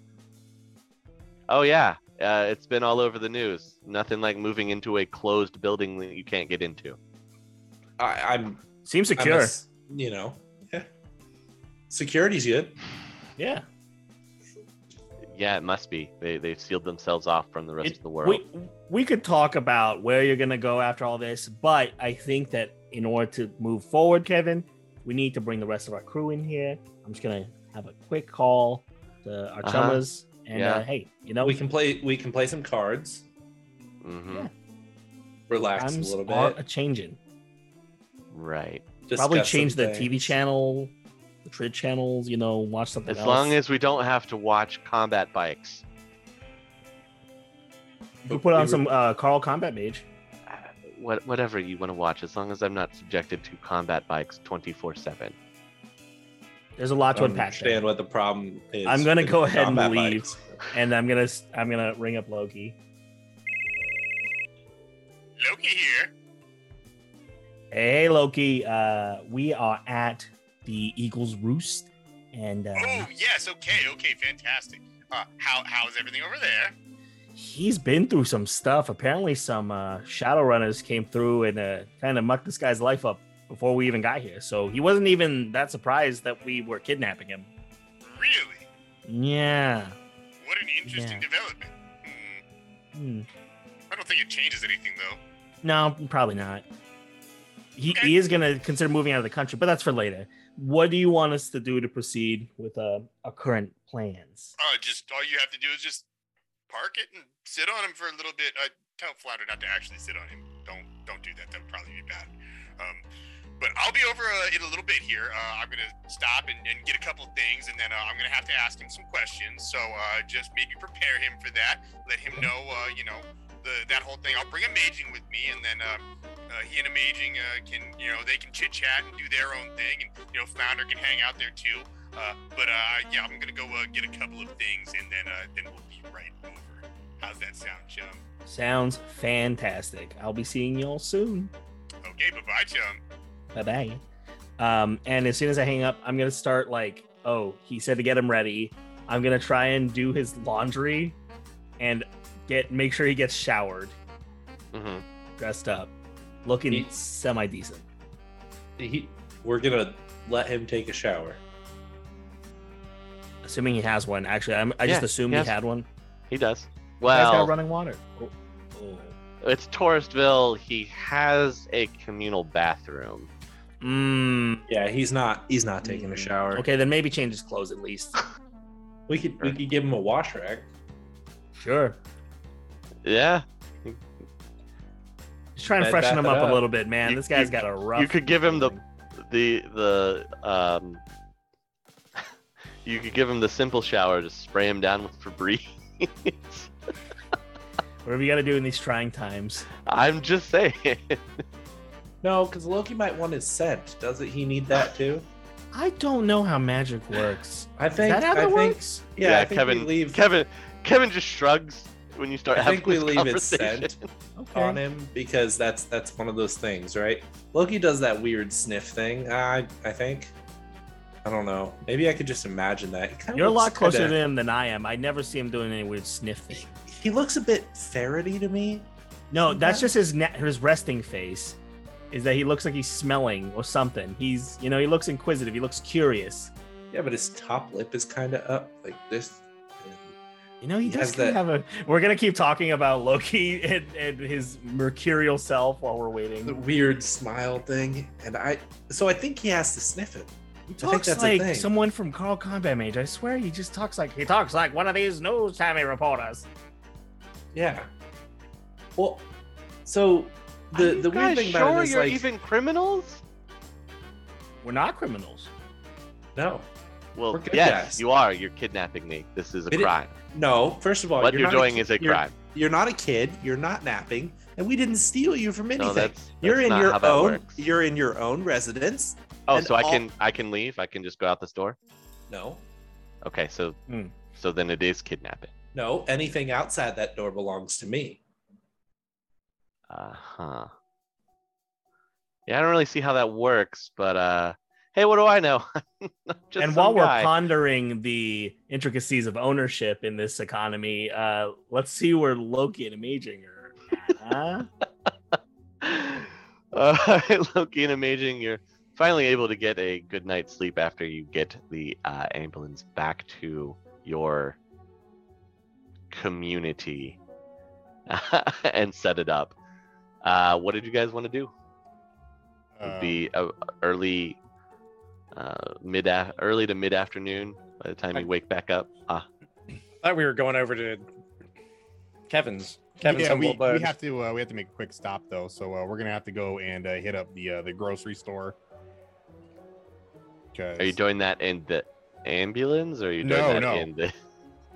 Speaker 3: Oh yeah, uh, it's been all over the news. Nothing like moving into a closed building that you can't get into.
Speaker 7: I, I'm
Speaker 2: Seems
Speaker 7: I'm
Speaker 2: secure.
Speaker 7: ass- you know, yeah. Security's good.
Speaker 2: yeah.
Speaker 3: Yeah, it must be. They they've sealed themselves off from the rest
Speaker 2: It-
Speaker 3: of the world.
Speaker 2: We, we could talk about where you're going to go after all this, but I think that in order to move forward, Kevin, we need to bring the rest of our crew in here. I'm just going to have a quick call to our
Speaker 3: Uh-huh.
Speaker 2: chummas. And
Speaker 3: Yeah.
Speaker 2: uh, hey, you know,
Speaker 7: We can play. We can play some cards.
Speaker 3: hmm
Speaker 2: yeah.
Speaker 7: Relax
Speaker 2: times
Speaker 7: a little
Speaker 2: are
Speaker 7: bit.
Speaker 2: a changing.
Speaker 3: Right.
Speaker 2: Probably
Speaker 7: discuss
Speaker 2: change
Speaker 7: some
Speaker 2: the TV
Speaker 7: things.
Speaker 2: channel, the trid channels, you know, watch something
Speaker 3: As
Speaker 2: else.
Speaker 3: long as we don't have to watch combat bikes.
Speaker 2: you could put on some uh, Carl Combat Mage.
Speaker 3: Uh, What whatever you want to watch, as long as I'm not subjected to combat bikes 24 seven.
Speaker 2: There's a lot to
Speaker 7: I don't
Speaker 2: unpack. there.
Speaker 7: Understand what the problem is.
Speaker 2: I'm gonna
Speaker 7: with
Speaker 2: go ahead and
Speaker 7: combat
Speaker 2: leave.
Speaker 7: bikes.
Speaker 2: And I'm gonna I'm gonna ring up Loki.
Speaker 1: Loki here.
Speaker 2: Hey Loki, uh, we are at the Eagles Roost, and um,
Speaker 1: Oh yes, okay, okay, fantastic. Uh, how how is everything over there?
Speaker 2: he's been through some stuff. Apparently, some uh, Shadowrunners came through and uh, kind of mucked this guy's life up before we even got here. So he wasn't even that surprised that we were kidnapping him.
Speaker 1: Really?
Speaker 2: Yeah.
Speaker 1: What an interesting development. Hmm.
Speaker 2: Hmm.
Speaker 1: I don't think it changes anything though.
Speaker 2: No, probably not. He, he is going to consider moving out of the country, but that's for later. What do you want us to do to proceed with uh, our current plans?
Speaker 1: Uh, just all you have to do is just park it and sit on him for a little bit. I tell Flounder not to actually sit on him. Don't don't do that. That would probably be bad. Um, but I'll be over uh, in a little bit here. Uh, I'm gonna stop and, and get a couple things, and then uh, I'm gonna have to ask him some questions. So uh, just maybe prepare him for that. Let him know, uh, you know, the that whole thing. I'll bring a maging with me, and then. Um, uh, he and Amazing uh, can, you know, they can chit chat and do their own thing, and you know, Flounder can hang out there too. Uh, but uh, yeah, I'm gonna go uh, get a couple of things, and then uh, then we'll be right over. How's that sound, Chum?
Speaker 2: Sounds fantastic. I'll be seeing y'all soon.
Speaker 1: Okay, bye bye, Chum.
Speaker 2: bye bye. Um, and as soon as I hang up, I'm gonna start like, oh, he said to get him ready. I'm gonna try and do his laundry and get make sure he gets showered,
Speaker 7: Mm-hmm.
Speaker 3: hmm
Speaker 2: dressed up, looking
Speaker 7: Ye-
Speaker 2: semi decent.
Speaker 7: He, we're gonna let him take a shower.
Speaker 2: Assuming he has one. Actually, I'm, I just
Speaker 3: Yeah,
Speaker 2: assumed
Speaker 3: he
Speaker 2: he
Speaker 3: has-
Speaker 2: had one.
Speaker 3: He does.
Speaker 2: Guy's got
Speaker 3: Well,
Speaker 2: running water. Oh, oh.
Speaker 3: it's Torresville. He has a communal bathroom.
Speaker 2: Mm,
Speaker 7: Yeah, he's not. He's not taking a shower.
Speaker 2: okay, then maybe change his clothes at least.
Speaker 7: We could. We could give him a wash rack.
Speaker 2: Sure.
Speaker 3: Yeah.
Speaker 2: Just trying to
Speaker 7: Bet
Speaker 2: freshen
Speaker 7: that
Speaker 2: him up,
Speaker 7: up.
Speaker 2: a little bit, man.
Speaker 3: You-
Speaker 2: this guy's
Speaker 3: you-
Speaker 2: got a rough.
Speaker 3: you could give him the-
Speaker 2: evening.
Speaker 3: the the um you could give him the simple shower just spray him down with Febreze.
Speaker 2: whatever you got to do in these trying times.
Speaker 3: I'm just saying.
Speaker 7: No, because Loki might want his scent. Doesn't he need
Speaker 2: Uh,
Speaker 7: that too?
Speaker 2: I don't know how magic works.
Speaker 7: I think.
Speaker 2: that how that
Speaker 7: I think-
Speaker 2: works?
Speaker 7: Yeah,
Speaker 3: Yeah,
Speaker 7: I think
Speaker 3: Kevin-
Speaker 7: We leave.
Speaker 3: Kevin Kevin just shrugs when you start
Speaker 7: I
Speaker 3: having
Speaker 7: think we
Speaker 3: this
Speaker 7: leave his
Speaker 3: conversation.
Speaker 7: scent on him because that's that's one of those things, right? Loki does that weird sniff thing. I I think. I don't know. Maybe I could just imagine that. He kinda
Speaker 2: You're a
Speaker 7: looks
Speaker 2: lot closer
Speaker 7: kinda-
Speaker 2: to him than I am. I never see him doing any weird sniffing.
Speaker 7: He looks a bit ferrety to me.
Speaker 2: No, that's just his na- his resting face. is that he looks like he's smelling or something. He's, you know, he looks inquisitive. He looks curious.
Speaker 7: Yeah, but his top lip is kind of up like this. And
Speaker 2: You know, he,
Speaker 7: He
Speaker 2: does
Speaker 7: has
Speaker 2: kinda
Speaker 7: that-
Speaker 2: have a. We're gonna keep talking about Loki and, and his mercurial self while we're waiting.
Speaker 7: The weird smile thing, and I. So I think he has to sniff it.
Speaker 2: He
Speaker 7: think
Speaker 2: talks
Speaker 7: that's a
Speaker 2: like
Speaker 7: thing.
Speaker 2: someone from Carl Combat Mage. I swear, he just talks like he talks like one of these news Tammy reporters.
Speaker 7: Yeah. Well, so
Speaker 3: Are
Speaker 7: the
Speaker 3: you
Speaker 7: the weird
Speaker 3: guys
Speaker 7: thing
Speaker 3: sure
Speaker 7: about it is
Speaker 3: you're
Speaker 7: like
Speaker 3: even criminals?
Speaker 2: We're not criminals.
Speaker 7: no,
Speaker 3: Well,
Speaker 7: We're good
Speaker 3: yes,
Speaker 7: guys.
Speaker 3: you are. You're kidnapping me. This is a
Speaker 7: It is-
Speaker 3: crime.
Speaker 7: no. First of all,
Speaker 3: what
Speaker 7: you're,
Speaker 3: you're
Speaker 7: not
Speaker 3: doing
Speaker 7: a,
Speaker 3: is a
Speaker 7: kid- you're-
Speaker 3: crime.
Speaker 7: You're not a kid. You're not napping, and we didn't steal you from anything.
Speaker 3: No, that's, that's
Speaker 7: you're in
Speaker 3: not how
Speaker 7: your
Speaker 3: that
Speaker 7: own.
Speaker 3: works.
Speaker 7: You're in your own residence.
Speaker 3: oh,
Speaker 7: and
Speaker 3: so I
Speaker 7: all-
Speaker 3: can I can leave. I can just go out this door.
Speaker 7: No,
Speaker 3: Okay, so
Speaker 2: Hmm.
Speaker 3: so then it is kidnapping.
Speaker 7: no. Anything outside that door belongs to me.
Speaker 3: Uh huh. Yeah, I don't really see how that works, but uh, hey, what do I know? I'm just
Speaker 2: and while
Speaker 3: some guy.
Speaker 2: we're pondering the intricacies of ownership in this economy, uh, let's see where Loki and Imaging are. at, huh?
Speaker 3: All right, Loki and Amazing, you're finally able to get a good night's sleep after you get the uh, ambulance back to your community and set it up. Uh, what did you guys want to do? Would
Speaker 1: Um,
Speaker 3: be uh, early, uh, mid, early to mid afternoon by the time you wake back up. Ah,
Speaker 4: Thought we were going over to Kevin's. Kevin's
Speaker 1: yeah,
Speaker 4: humble
Speaker 1: we, we
Speaker 4: abode.
Speaker 1: have to uh, we have to make a quick stop though, so uh, we're gonna have to go and uh, hit up the uh, the grocery store.
Speaker 3: are you doing that in the ambulance, or are you doing
Speaker 1: No,
Speaker 3: that
Speaker 1: no.
Speaker 3: in the?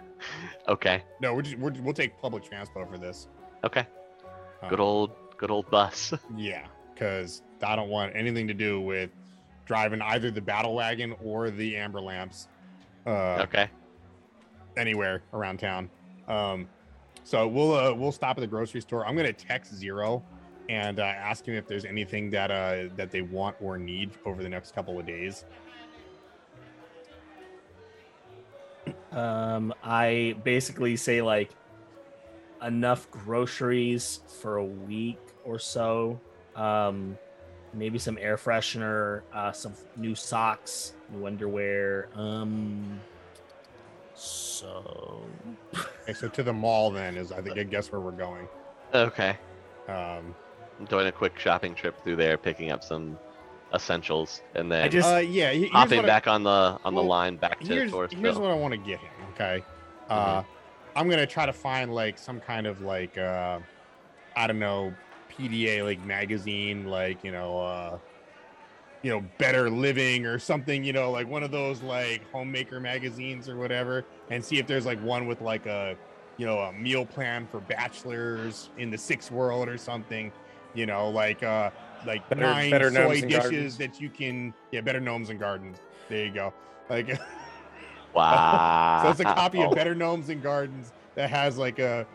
Speaker 3: okay.
Speaker 1: No, we're just, we're, we'll take public transport for this.
Speaker 3: Okay.
Speaker 1: Uh,
Speaker 3: Good old, good old bus.
Speaker 1: Yeah, because I don't want anything to do with driving either the battle wagon or the amber lamps uh,
Speaker 3: okay.
Speaker 1: anywhere around town. Um, so we'll uh, we'll stop at the grocery store. I'm gonna text Zero and uh, ask him if there's anything that uh, that they want or need over the next couple of days.
Speaker 2: Um, I basically say like enough groceries for a week or so. Um, maybe some air freshener, uh, some new socks, new underwear. Um, so
Speaker 1: Okay, so to the mall then is I think I guess where we're going.
Speaker 3: Okay.
Speaker 1: Um,
Speaker 3: I'm doing a quick shopping trip through there, picking up some essentials, and then
Speaker 2: I just
Speaker 1: uh, yeah, he- here's
Speaker 3: hopping
Speaker 1: what I-
Speaker 3: back on the on the
Speaker 1: well,
Speaker 3: line back to
Speaker 1: here's, here's
Speaker 3: Thorsville.
Speaker 1: what I want to get him. Okay, uh,
Speaker 4: Mm-hmm.
Speaker 1: I'm gonna try to find like some kind of like uh, I don't know PDA like magazine, like you know, uh, you know, better living or something. You know, like one of those like homemaker magazines or whatever, and see if there's like one with like a you know a meal plan for bachelors in the sixth world or something. You know, like uh, like
Speaker 4: Better-
Speaker 1: nine
Speaker 4: better
Speaker 1: soy
Speaker 4: gnomes and
Speaker 1: dishes
Speaker 4: gardens.
Speaker 1: that you can yeah better gnomes and gardens. There you go. Like.
Speaker 3: Wow.
Speaker 1: So it's a copy
Speaker 3: Oh.
Speaker 1: of Better Gnomes and Gardens that has like a,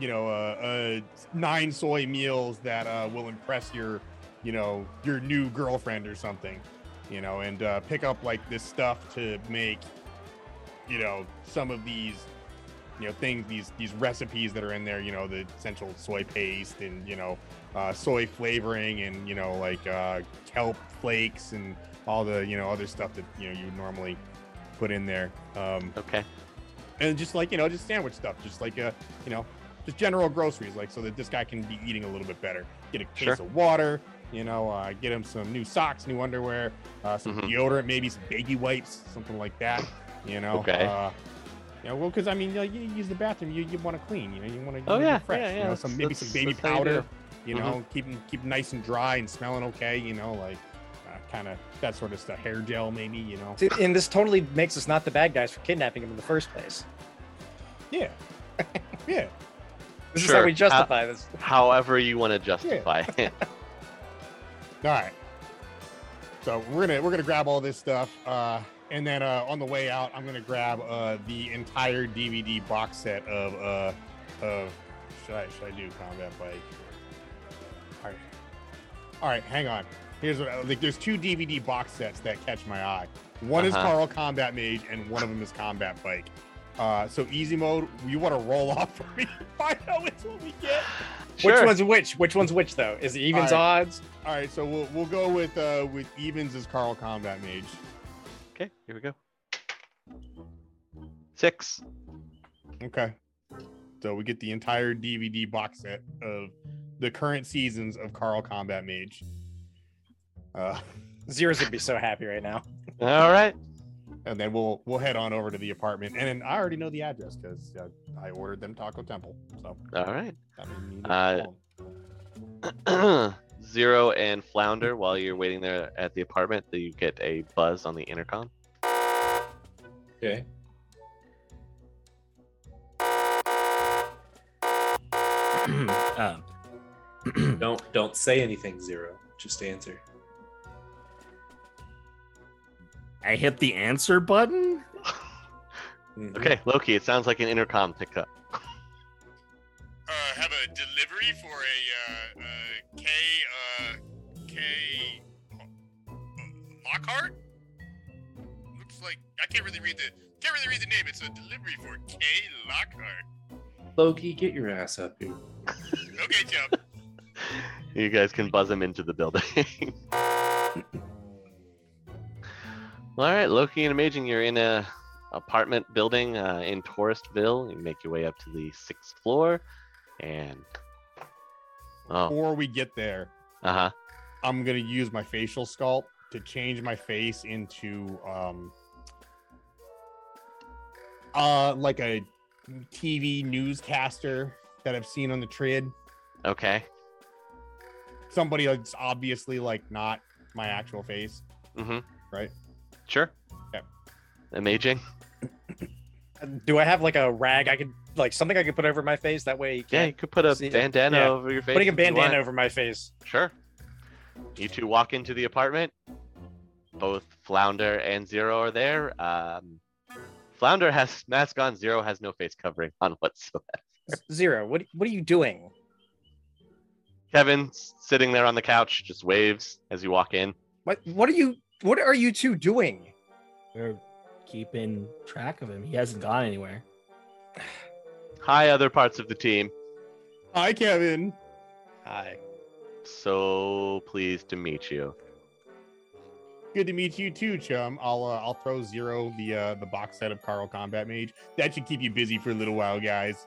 Speaker 1: you know, a, a nine soy meals that uh, will impress your, you know, your new girlfriend or something, you know, and uh, pick up like this stuff to make, you know, some of these, you know, things these these recipes that are in there, you know, the essential soy paste and you know, uh, soy flavoring and you know like uh, kelp flakes and all the you know other stuff that you know you would normally put in there. Um,
Speaker 3: Okay.
Speaker 1: and just like you know just sandwich stuff just like uh you know just general groceries like so that this guy can be eating a little bit better get a case
Speaker 3: Sure.
Speaker 1: of water you know uh, get him some new socks new underwear uh, some
Speaker 3: Mhm.
Speaker 1: deodorant maybe some baby wipes something like that you know
Speaker 3: Okay.
Speaker 1: uh, you know, well, because I mean, you, know, you use the bathroom, you, you want to clean, you know, you want to
Speaker 3: Oh, yeah,
Speaker 1: fresh,
Speaker 3: yeah,
Speaker 1: you
Speaker 3: yeah,
Speaker 1: know, some
Speaker 3: that's-
Speaker 1: maybe some
Speaker 3: that's-
Speaker 1: baby
Speaker 3: that's how you
Speaker 1: powder, you
Speaker 3: Mhm.
Speaker 1: know, keep 'em- keep 'em nice and dry and smelling okay, you know, like uh, kind of that sort of stuff, hair gel maybe, you know,
Speaker 4: See, And this totally makes us not the bad guys for kidnapping him in the first place.
Speaker 1: yeah, yeah.
Speaker 4: This is
Speaker 3: Sure.
Speaker 4: how we
Speaker 3: Uh,
Speaker 4: justify this.
Speaker 3: However you want to justify it.
Speaker 1: All right. So we're gonna we're gonna grab all this stuff, uh, and then uh, on the way out, I'm gonna grab uh, the entire DVD box set of uh, of should I should I do combat bike? All right, all right, hang on. Here's what I, like. There's two DVD box sets that catch my eye. One is
Speaker 3: Uh-huh.
Speaker 1: Carl Combat Mage, and one of them is Combat Bike. Uh, so easy mode, you want to roll off for me? Find out which one we get.
Speaker 4: Which
Speaker 3: Sure.
Speaker 4: one's which? Which one's which though? Is it evens
Speaker 1: All
Speaker 4: odds?
Speaker 1: All right, so we'll we'll go with uh, with evens as Carl Combat Mage.
Speaker 3: Okay, here we go. Six.
Speaker 1: Okay. So we get the entire DVD box set of the current seasons of Carl Combat Mage. Uh,
Speaker 4: Zeros would be so happy right now.
Speaker 3: All right.
Speaker 1: and then we'll we'll head on over to the apartment. And, I already know the address because uh, I ordered them Taco Temple. So
Speaker 3: All right.
Speaker 1: that made me need to
Speaker 3: Uh,
Speaker 1: call 'em.
Speaker 3: Zero and Flounder, while you're waiting there at the apartment, that you get a buzz on the intercom.
Speaker 7: Okay.
Speaker 2: um,
Speaker 7: Don't don't say anything, Zero. Just answer.
Speaker 2: I hit the answer button.
Speaker 7: Mhm.
Speaker 3: Okay, Loki, it sounds like an intercom picked up.
Speaker 5: uh, have a delivery for a uh, uh, K uh, K uh, Lockhart. Looks like I can't really read the can't really read the name. It's a delivery for K Lockhart.
Speaker 7: Loki, get your ass up here.
Speaker 5: Okay, Chubb.
Speaker 3: You guys can buzz him into the building. All right, Loki and Imaging, you're in a apartment building uh, in Touristville. You make your way up to the sixth floor, and oh,
Speaker 1: Before we get there,
Speaker 3: uh huh.
Speaker 1: I'm gonna use my facial sculpt to change my face into um uh like a TV newscaster that I've seen on the trid.
Speaker 3: Okay.
Speaker 1: Somebody that's obviously like not my actual face.
Speaker 3: Mm-hmm.
Speaker 1: Right.
Speaker 3: Sure.
Speaker 1: Yep.
Speaker 3: Imaging.
Speaker 4: Do I have like a rag I could like something I could put over my face? That way you
Speaker 3: Yeah,
Speaker 4: can't
Speaker 3: you could put a
Speaker 4: See-
Speaker 3: bandana
Speaker 4: yeah,
Speaker 3: over your face.
Speaker 4: putting a
Speaker 3: if you want.
Speaker 4: bandana over my face.
Speaker 3: Sure. You two walk into the apartment. Both Flounder and Zero are there. Um, Flounder has mask on. Zero has no face covering on whatsoever.
Speaker 4: Zero, what what are you doing?
Speaker 3: Kevin's sitting there on the couch, just waves as you walk in.
Speaker 4: What what are you what are you two doing?
Speaker 2: We're keeping track of him. He hasn't gone anywhere.
Speaker 3: Hi, other parts of the team.
Speaker 1: Hi Kevin.
Speaker 4: Hi.
Speaker 3: So pleased to meet you.
Speaker 1: Good to meet you too, chum. I'll uh, I'll throw zero the uh the box set of Carl Combat Mage. That should keep you busy for a little while, guys.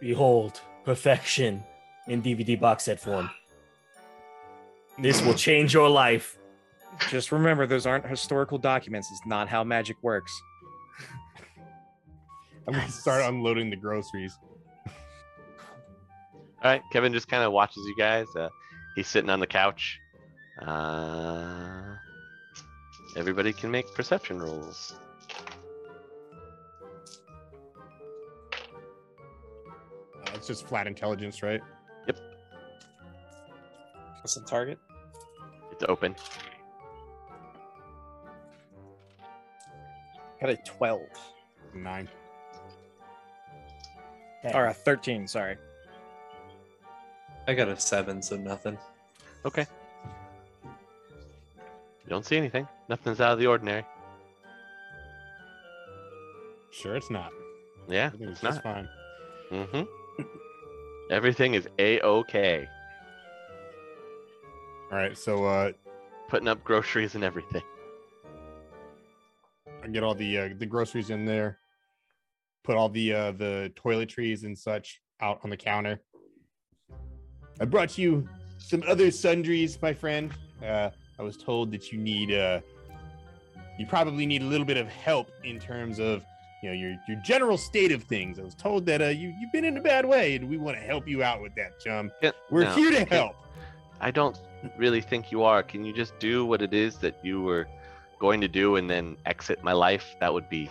Speaker 2: Behold, perfection in DVD box set form. This will change your life.
Speaker 4: Just remember those aren't historical documents. It's not how magic works.
Speaker 1: I'm gonna start unloading the groceries.
Speaker 3: All right, Kevin just kind of watches you guys. Uh, he's sitting on the couch. Uh, everybody can make perception rolls.
Speaker 1: Uh, it's just flat intelligence, right?
Speaker 4: What's the target?
Speaker 3: It's open.
Speaker 4: Got a 12.
Speaker 1: Nine.
Speaker 2: Okay.
Speaker 4: Or a 13, sorry.
Speaker 7: I got a seven, so nothing.
Speaker 3: You don't see anything. Nothing's out of the ordinary.
Speaker 1: Sure it's not.
Speaker 3: Yeah,
Speaker 1: I think
Speaker 3: it's
Speaker 1: it's just
Speaker 3: not.
Speaker 1: fine.
Speaker 3: Mm-hmm. Everything is a okay.
Speaker 1: All right, so uh
Speaker 3: Putting up groceries and everything.
Speaker 1: I get all the uh, the groceries in there, put all the uh, the toiletries and such out on the counter. I brought you some other sundries, my friend. Uh, I was told that you need uh, you probably need a little bit of help in terms of you know your your general state of things. I was told that uh, you you've been in a bad way, and we want to help you out with that, chum.
Speaker 3: Yeah,
Speaker 1: We're
Speaker 3: no,
Speaker 1: here to
Speaker 3: can-
Speaker 1: help.
Speaker 3: I don't really think you are. Can you just do what it is that you were going to do and then exit my life? That would be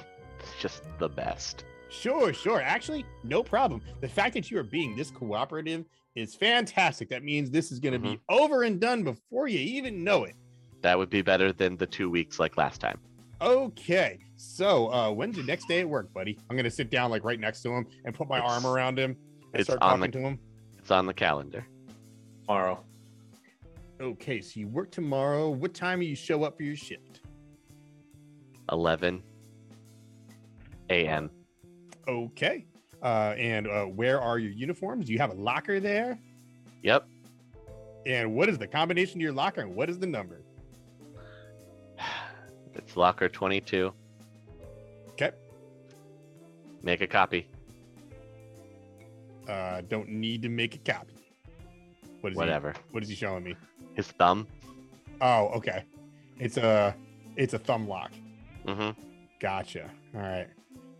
Speaker 3: just the best.
Speaker 1: Sure, sure. Actually, no problem. The fact that you are being this cooperative is fantastic. That means this is going to be
Speaker 3: Mm-hmm.
Speaker 1: over and done before you even know it.
Speaker 3: That would be better than the two weeks like last time.
Speaker 1: Okay. So, uh, when's your next day at work, buddy? I'm going to sit down like right next to him and put my arm
Speaker 3: It's-
Speaker 1: around him and
Speaker 3: it's
Speaker 1: start
Speaker 3: on
Speaker 1: talking
Speaker 3: the-
Speaker 1: to him.
Speaker 3: It's on the calendar.
Speaker 7: Tomorrow.
Speaker 1: Okay. So, you work tomorrow. What time do you show up for your shift?
Speaker 3: 11. a.m.
Speaker 1: Okay. Uh, and uh, where are your uniforms? Do you have a locker there?
Speaker 3: Yep.
Speaker 1: And what is the combination to your locker and what is the number?
Speaker 3: It's locker 22.
Speaker 1: Okay.
Speaker 3: Make a copy.
Speaker 1: Uh, don't need to make a copy. What is
Speaker 3: Whatever.
Speaker 1: He, what is he showing me?
Speaker 3: His thumb.
Speaker 1: Oh, okay. It's a it's a thumb lock.
Speaker 3: hmm
Speaker 1: Gotcha. All right.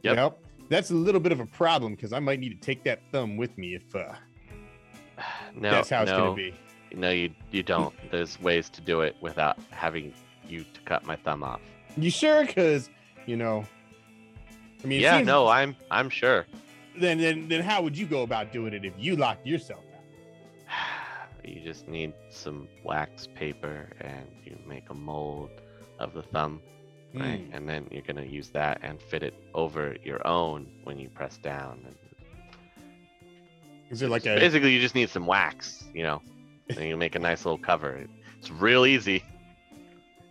Speaker 3: Yep.
Speaker 1: That's a little bit of a problem because I might need to take that thumb with me if uh,
Speaker 3: No,
Speaker 1: that's how it's
Speaker 3: no,
Speaker 1: gonna be.
Speaker 3: no, you you don't. There's ways to do it without having you to cut my thumb off.
Speaker 1: You sure? Because you know, I mean, it
Speaker 3: yeah,
Speaker 1: seems-
Speaker 3: no, I'm I'm sure.
Speaker 1: Then then then how would you go about doing it if you locked yourself out?
Speaker 3: You just need some wax paper and you make a mold of the thumb,
Speaker 1: Hmm.
Speaker 3: right? And then you're gonna use that and fit it over your own when you press down. And
Speaker 1: Is there like
Speaker 3: so
Speaker 1: a
Speaker 3: Basically, you just need some wax, you know, and you make a nice little cover. It's real easy.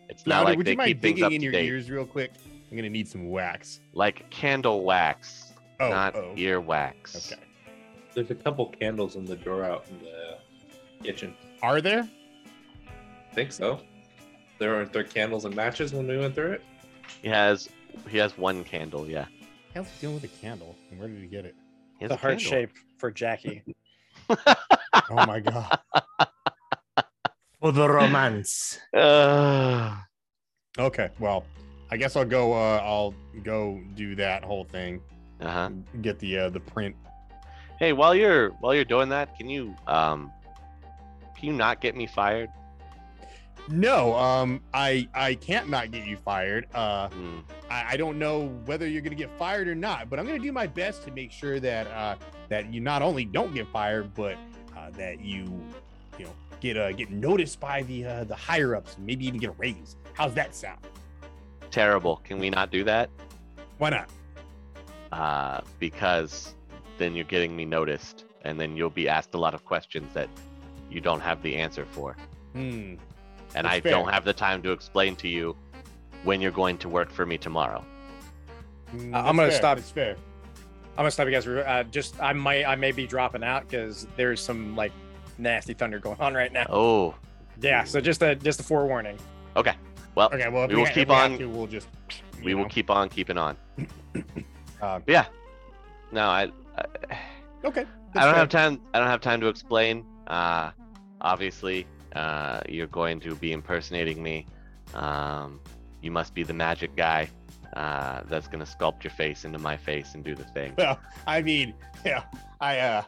Speaker 3: It's not
Speaker 1: louder?
Speaker 3: like
Speaker 1: would
Speaker 3: they
Speaker 1: you mind
Speaker 3: keep things up
Speaker 1: digging in
Speaker 3: to
Speaker 1: your
Speaker 3: date,
Speaker 1: ears real quick? I'm gonna need some wax.
Speaker 3: like candle wax,
Speaker 1: Oh,
Speaker 3: not
Speaker 1: oh,
Speaker 3: ear wax.
Speaker 1: okay.
Speaker 7: There's a couple candles in the drawer out in the kitchen.
Speaker 1: Are there?
Speaker 7: I think so. There aren't there candles and matches when we went through it.
Speaker 3: He has he has one candle, yeah.
Speaker 1: How's he dealing with a candle? And where did he get it?
Speaker 3: He has
Speaker 4: The
Speaker 3: a
Speaker 4: heart
Speaker 3: candle.
Speaker 4: shape for Jackie.
Speaker 1: Oh my god.
Speaker 2: For the romance.
Speaker 3: Ugh.
Speaker 1: Okay. Well, I guess I'll go. Uh, I'll go do that whole thing.
Speaker 3: uh-huh.
Speaker 1: Get the uh, the print.
Speaker 3: Hey, while you're while you're doing that, can you um can you not get me fired?
Speaker 1: No. Um. I I can't not get you fired. Uh.
Speaker 3: Mm,
Speaker 1: I, I don't know whether you're going to get fired or not, but I'm going to do my best to make sure that uh, that you not only don't get fired, but uh, that you you know get uh, get noticed by the uh, the higher ups, and maybe even get a raise. How's that sound?
Speaker 3: terrible. Can we not do that?
Speaker 1: Why not?
Speaker 3: Uh, because then you're getting me noticed, and then you'll be asked a lot of questions that you don't have the answer for,
Speaker 1: Hmm.
Speaker 3: and
Speaker 1: That's
Speaker 3: I don't
Speaker 1: fair.
Speaker 3: have the time to explain to you when you're going to work for me tomorrow.
Speaker 1: Hmm,
Speaker 4: Uh, I'm
Speaker 1: that's
Speaker 4: gonna
Speaker 1: fair,
Speaker 4: stop-
Speaker 1: That's fair.
Speaker 4: I'm gonna stop you guys. Uh, just I might I may be dropping out because there's some like nasty thunder going on right now.
Speaker 3: Oh,
Speaker 4: Yeah, so just a just a forewarning.
Speaker 3: well,
Speaker 1: Okay. Well, if
Speaker 3: We
Speaker 1: we,
Speaker 3: will
Speaker 1: ha- if
Speaker 3: keep
Speaker 1: we have
Speaker 3: on-
Speaker 1: to, we'll just you
Speaker 3: we will
Speaker 1: know.
Speaker 3: keep on keeping on.
Speaker 1: Uh,
Speaker 3: But yeah, no, I, I
Speaker 1: Okay.
Speaker 3: I don't
Speaker 1: That's
Speaker 3: have time. I don't have time to explain. Uh, obviously, uh, you're going to be impersonating me. Um, you must be the magic guy uh, that's going to sculpt your face into my face and do the thing.
Speaker 1: Well, I mean, yeah, I uh,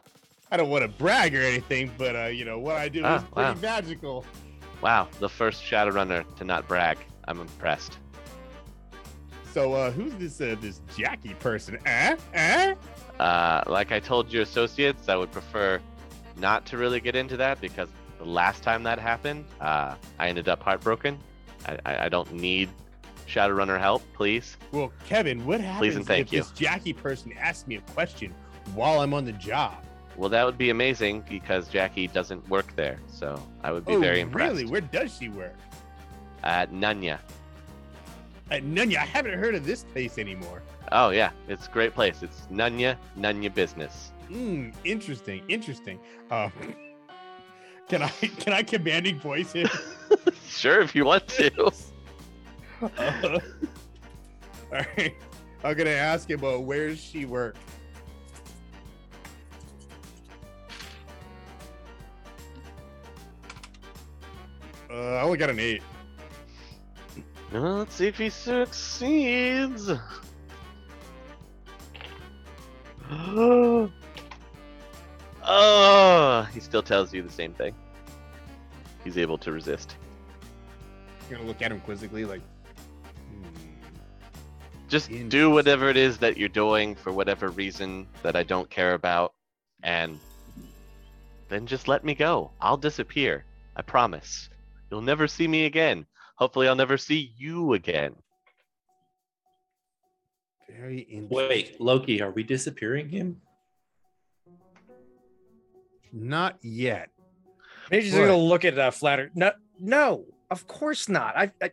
Speaker 1: I don't want to brag or anything, but uh, you know what I do
Speaker 3: Ah,
Speaker 1: is pretty
Speaker 3: wow.
Speaker 1: magical.
Speaker 3: Wow, the first Shadowrunner to not brag. I'm impressed.
Speaker 1: So uh, who's this uh, this Jackie person? Eh? Eh?
Speaker 3: Uh, like I told your associates, I would prefer not to really get into that because the last time that happened, uh, I ended up heartbroken. I, I, I don't need Shadowrunner help, please.
Speaker 1: Well, Kevin, what happens
Speaker 3: and thank
Speaker 1: if
Speaker 3: you.
Speaker 1: this Jackie person asks me a question while I'm on the job?
Speaker 3: Well, that would be amazing because Jackie doesn't work there, so I would be very impressed.
Speaker 1: Oh, really? Where does she work?
Speaker 3: At Nunya.
Speaker 1: At Nunya, I haven't heard of this place anymore.
Speaker 3: Oh yeah, it's a great place. It's Nunya Nunya Business.
Speaker 1: Mm, interesting, interesting. Uh, can I can I commanding voice it?
Speaker 3: sure, if you want to.
Speaker 1: Uh, all right, I'm gonna ask him. Uh, where does she work? Uh, I only got an eight.
Speaker 3: Well, Uh, let's see if he succeeds. oh, he still tells you the same thing. He's able to resist.
Speaker 1: I'm gonna look at him quizzically, like. hmm.
Speaker 3: just do
Speaker 1: Interesting.
Speaker 3: whatever it is that you're doing for whatever reason that I don't care about, and then just let me go. I'll disappear. I promise. You'll never see me again. Hopefully, I'll never see you again.
Speaker 1: Very interesting.
Speaker 7: Wait, Loki, are we disappearing him?
Speaker 1: Not yet.
Speaker 4: Maybe just
Speaker 1: Right.
Speaker 4: gonna look at uh, Flounder. No, no, of course not. I, I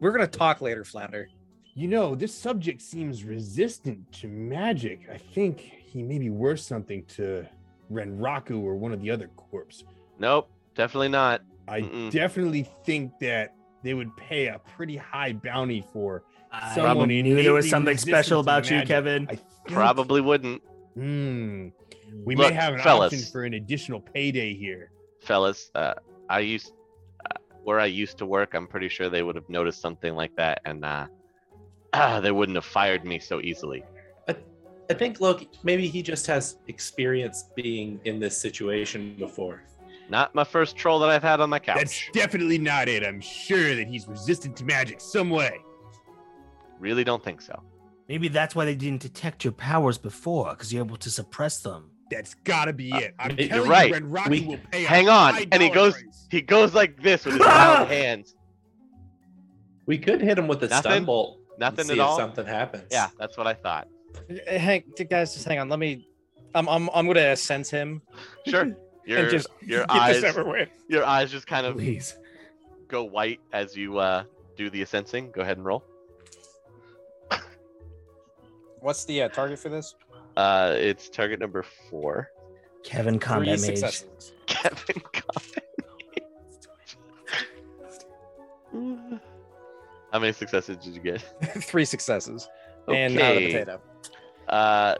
Speaker 4: we're gonna talk later, Flounder.
Speaker 1: You know, this subject seems resistant to magic. I think he may be worth something to Renraku or one of the other corps.
Speaker 3: Nope, definitely not.
Speaker 1: I
Speaker 3: Mm-mm.
Speaker 1: definitely think that they would pay a pretty high bounty for.
Speaker 2: I
Speaker 1: Someone
Speaker 2: knew there was
Speaker 1: innately
Speaker 2: something special
Speaker 1: resistant to
Speaker 2: about you,
Speaker 1: magic.
Speaker 2: Kevin.
Speaker 1: I think-
Speaker 3: Probably wouldn't,
Speaker 1: Hmm. We
Speaker 3: Look,
Speaker 1: may have an
Speaker 3: fellas.
Speaker 1: option for an additional payday here.
Speaker 3: fellas. Uh, I used uh, where I used to work. I'm pretty sure they would have noticed something like that, and uh, they wouldn't have fired me so easily.
Speaker 7: I think, look, maybe he just has experience being in this situation before.
Speaker 3: Not my first troll that I've had on my couch.
Speaker 1: That's definitely not it. I'm sure that he's resistant to magic some way.
Speaker 3: Really don't think so.
Speaker 2: Maybe that's why they didn't detect your powers before, because you're able to suppress them.
Speaker 1: That's gotta be it. I'm
Speaker 3: Uh, you're
Speaker 1: telling
Speaker 3: right.
Speaker 1: you, Renraku
Speaker 3: We-
Speaker 1: will pay. a
Speaker 3: hang on,
Speaker 1: high
Speaker 3: and he
Speaker 1: dollar
Speaker 3: goes-
Speaker 1: price.
Speaker 3: He goes like this with his loud hands.
Speaker 7: We could hit him with a
Speaker 3: Nothing?
Speaker 7: stun bolt. and
Speaker 3: Nothing
Speaker 7: see
Speaker 3: at
Speaker 7: if
Speaker 3: all?
Speaker 7: Something happens.
Speaker 3: Yeah, that's what I thought.
Speaker 4: Hank, d- guys, just Uh, hang on. Let me. I'm I'm I'm gonna sense him.
Speaker 3: Sure. Your
Speaker 4: just
Speaker 3: your
Speaker 4: get
Speaker 3: eyes
Speaker 4: this over with.
Speaker 3: your eyes just kind of
Speaker 2: Please.
Speaker 3: go white as you uh, do the ascensing. Go ahead and roll.
Speaker 4: What's the uh, target for this?
Speaker 3: Uh, it's target number four.
Speaker 2: Kevin
Speaker 4: Three
Speaker 2: Combat Mage.
Speaker 4: successes.
Speaker 3: Kevin Conley. How many successes did you get?
Speaker 4: Three successes. And out of the potato.
Speaker 3: Uh,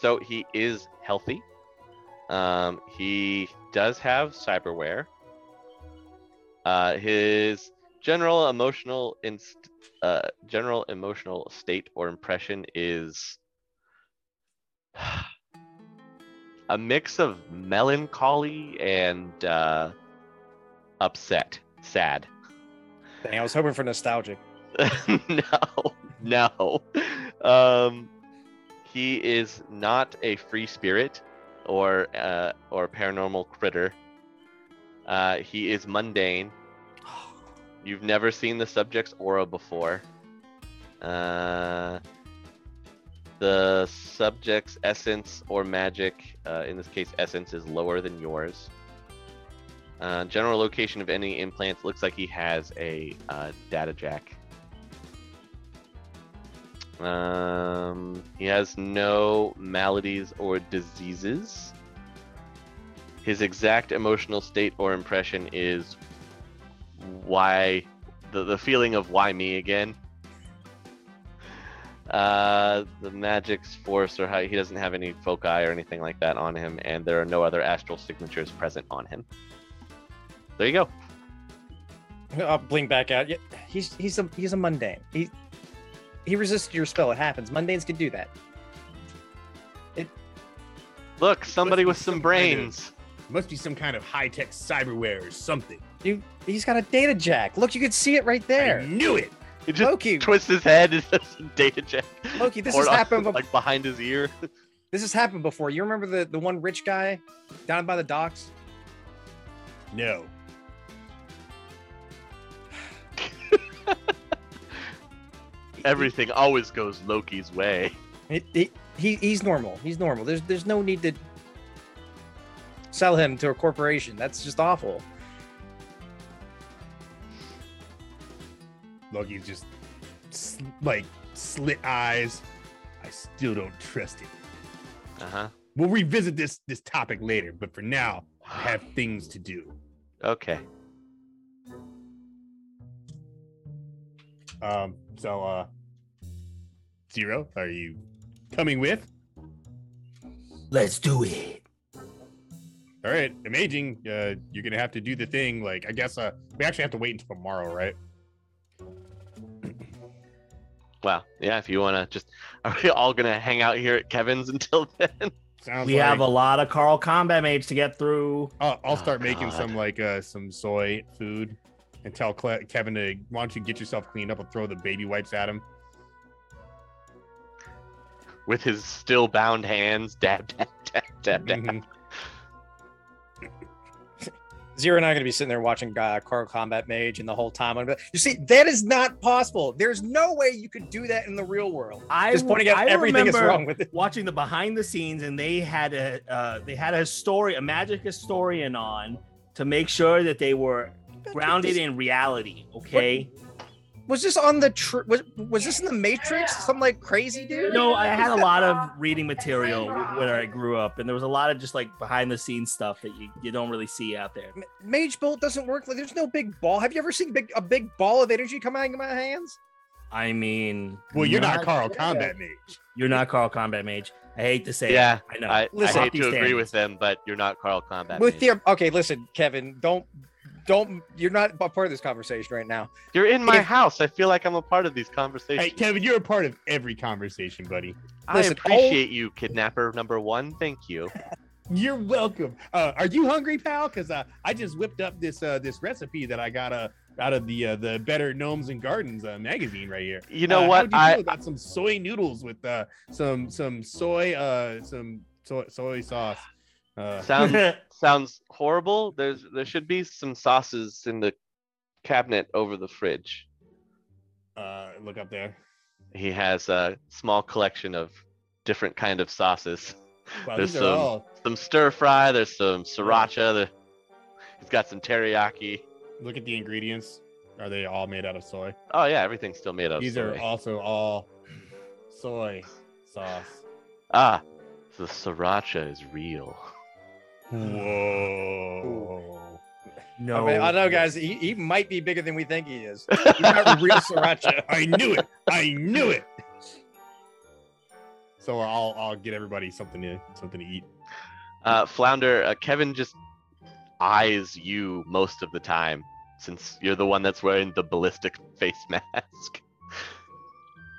Speaker 3: so he is healthy. Um, he does have cyberware. Uh, his general emotional inst- uh, general emotional state or impression is a mix of melancholy and uh, upset, sad.
Speaker 4: Dang, I was hoping for nostalgic.
Speaker 3: no, no. Um, he is not a free spirit or uh, or paranormal critter. Uh, he is mundane. You've never seen the subject's aura before. Uh, the subject's essence or magic, uh, in this case, essence, is lower than yours. Uh, general location of any implants looks like he has a uh, data jack. Um, he has no maladies or diseases. His exact emotional state or impression is why the, the feeling of why me again. Uh, the magic's force or how he doesn't have any foci or anything like that on him, and there are no other astral signatures present on him. There you go.
Speaker 4: I'll blink back out. Yeah, he's he's a he's a mundane. He he resisted your spell. It happens. Mundanes can do that.
Speaker 3: Look, somebody
Speaker 1: be
Speaker 3: with some
Speaker 1: some kind of-
Speaker 3: brains.
Speaker 1: Must be some kind of high tech cyberware or something.
Speaker 4: You he's got a data jack. Look, you can see it right
Speaker 1: I
Speaker 4: there.
Speaker 1: knew it.
Speaker 3: He just
Speaker 4: Loki,
Speaker 3: twists his head and does a data check.
Speaker 4: Loki, this
Speaker 3: Or
Speaker 4: has
Speaker 3: on-
Speaker 4: happened before.
Speaker 3: like behind his ear.
Speaker 4: This has happened before. You remember the, the one rich guy down by the docks?
Speaker 1: No.
Speaker 3: Everything always goes Loki's way.
Speaker 4: It, it, he, he's normal. He's normal. There's there's no need to sell him to a corporation. That's just awful.
Speaker 1: Loki just s- like slit eyes. I still don't trust it.
Speaker 3: Uh
Speaker 1: We'll revisit this this topic later, but for now, I have things to do.
Speaker 3: Okay.
Speaker 1: Um, so uh Zero, are you coming with?
Speaker 2: Let's do it.
Speaker 1: All right, amazing. Uh, you're gonna have to do the thing. Like, I guess uh, we actually have to wait until tomorrow, right?
Speaker 3: Wow. Yeah. If you wanna just, are we all gonna hang out here at Kevin's until then?
Speaker 1: Sounds
Speaker 2: We
Speaker 1: like
Speaker 2: have a lot of Carl Combat Mage to get through.
Speaker 1: I'll, I'll
Speaker 3: Oh,
Speaker 1: start making
Speaker 3: God.
Speaker 1: some like uh some soy food, and tell Cle- Kevin to why don't you get yourself cleaned up and throw the baby wipes at him.
Speaker 3: With his still bound hands, dab, dab, dab, dab, dab.
Speaker 1: Mhm.
Speaker 4: Zero and I are gonna be sitting there watching uh, Carl Combat Mage, and the whole time I'm gonna, you see that is not possible. There's no way you could do that in the real world.
Speaker 2: I
Speaker 4: Just pointing out
Speaker 2: I
Speaker 4: everything is
Speaker 2: remember
Speaker 4: wrong with it.
Speaker 2: Watching the behind the scenes, and they had a uh, they had a story, a magic historian on to make sure that they were grounded in reality. Okay,
Speaker 4: was this on the tr- was was this in the Matrix? Some like crazy dude?
Speaker 2: No, I had a lot of reading material when I grew up, and there was a lot of just like behind the scenes stuff that you, you don't really see out there.
Speaker 4: M- Mage bolt doesn't work. Like, there's no big ball. Have you ever seen big a big ball of energy come out of my hands?
Speaker 2: I mean,
Speaker 1: Well, you're not Carl
Speaker 4: yeah.
Speaker 1: Combat Mage.
Speaker 2: you're not Carl Combat Mage. I hate to say
Speaker 3: Yeah,
Speaker 2: it. I know.
Speaker 3: I,
Speaker 4: Listen,
Speaker 3: I hate
Speaker 2: Hockey
Speaker 3: to agree
Speaker 2: standards.
Speaker 3: with them, but you're not Carl Combat.
Speaker 4: With
Speaker 3: Mage.
Speaker 4: your okay, listen, Kevin, don't don't you're not a part of this conversation right now.
Speaker 3: You're in my
Speaker 4: if-
Speaker 3: house. I feel like I'm a part of these conversations.
Speaker 1: Hey, Kevin, you're a part of every conversation, buddy.
Speaker 3: I
Speaker 4: listen, all-
Speaker 3: appreciate you, kidnapper number one. Thank you.
Speaker 1: You're welcome. Uh, are you hungry, pal? Because uh, I just whipped up this uh, this recipe that I got uh, out of the uh, the Better Gnomes and Gardens uh, magazine right here.
Speaker 3: You know
Speaker 1: Uh,
Speaker 3: what?
Speaker 1: How do you
Speaker 3: I
Speaker 1: feel about some soy noodles with uh, some some soy uh, some soy, soy sauce? Uh,
Speaker 3: sounds sounds horrible. There's there should be some sauces in the cabinet over the fridge.
Speaker 1: uh, look up there.
Speaker 3: He has a small collection of different kind of sauces.
Speaker 1: Wow,
Speaker 3: There's
Speaker 1: these are
Speaker 3: some-
Speaker 1: all.
Speaker 3: Some stir fry. There's some sriracha. There, he's got some teriyaki.
Speaker 1: Look at the ingredients. Are they all made out of soy?
Speaker 3: Oh yeah, everything's still made of.
Speaker 1: These are
Speaker 3: soy.
Speaker 1: also all soy sauce.
Speaker 3: ah, the sriracha is real.
Speaker 1: Whoa.
Speaker 4: I,
Speaker 2: no,
Speaker 4: mean, I know, guys. He, he might be bigger than we think he is. He's not real sriracha.
Speaker 1: I knew it. I knew it. So I'll I'll get everybody something to something to eat.
Speaker 3: Uh, Flounder, uh, Kevin just eyes you most of the time since you're the one that's wearing the ballistic face mask.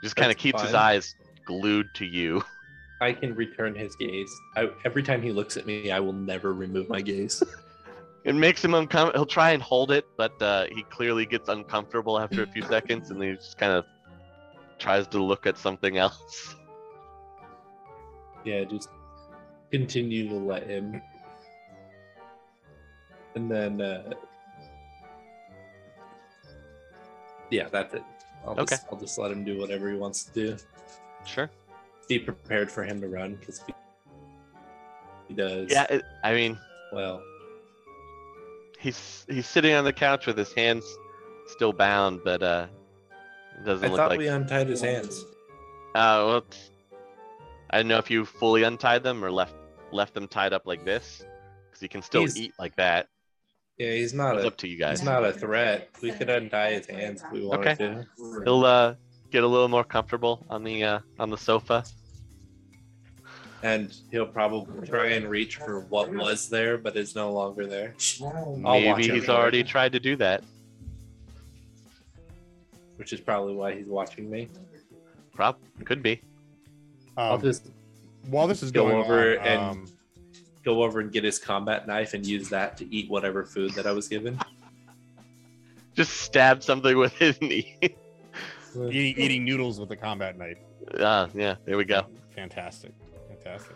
Speaker 3: just kind of
Speaker 7: That's
Speaker 3: keeps his
Speaker 7: fine.
Speaker 3: eyes glued to you.
Speaker 7: I can return his gaze. I, every time he looks at me, I will never remove my gaze.
Speaker 3: It makes him uncomfortable. He'll try and hold it, but uh, he clearly gets uncomfortable after a few seconds and he just kind of tries to look at something else.
Speaker 7: yeah, just continue to let him. And then, uh, yeah, that's it. I'll just, I'll just let him do whatever he wants to do.
Speaker 3: Sure.
Speaker 7: Be prepared for him to run because he, he does.
Speaker 3: Yeah, it, I mean,
Speaker 7: Well,
Speaker 3: he's he's sitting on the couch with his hands still bound, but uh, it doesn't
Speaker 7: I
Speaker 3: look
Speaker 7: thought
Speaker 3: like
Speaker 7: we untied his hands.
Speaker 3: Uh, well, it's- I don't know if you fully untied them or left left them tied up like this, because you can still
Speaker 7: He's-
Speaker 3: eat like that.
Speaker 7: Yeah, he's not
Speaker 3: It's
Speaker 7: a
Speaker 3: up to you
Speaker 7: he's
Speaker 3: guys.
Speaker 7: not a threat. We could untie his hands if we wanted
Speaker 3: Okay.
Speaker 7: to.
Speaker 3: He'll uh, get a little more comfortable on the uh, on the sofa.
Speaker 7: and he'll probably try and reach for what was there but is no longer there. I'll watch
Speaker 3: Maybe he's
Speaker 7: over him,
Speaker 3: already tried to do that.
Speaker 7: which is probably why he's watching me.
Speaker 3: Prob could be.
Speaker 7: I'll
Speaker 1: Um,
Speaker 7: just
Speaker 1: while this is
Speaker 7: go
Speaker 1: going
Speaker 7: over
Speaker 1: on,
Speaker 7: and-
Speaker 1: um,
Speaker 7: go over and get his combat knife and use that to eat whatever food that I was given.
Speaker 3: Just stab something with his knee.
Speaker 1: eating, eating noodles with a combat knife.
Speaker 3: Ah, yeah. There we go.
Speaker 1: Fantastic, fantastic.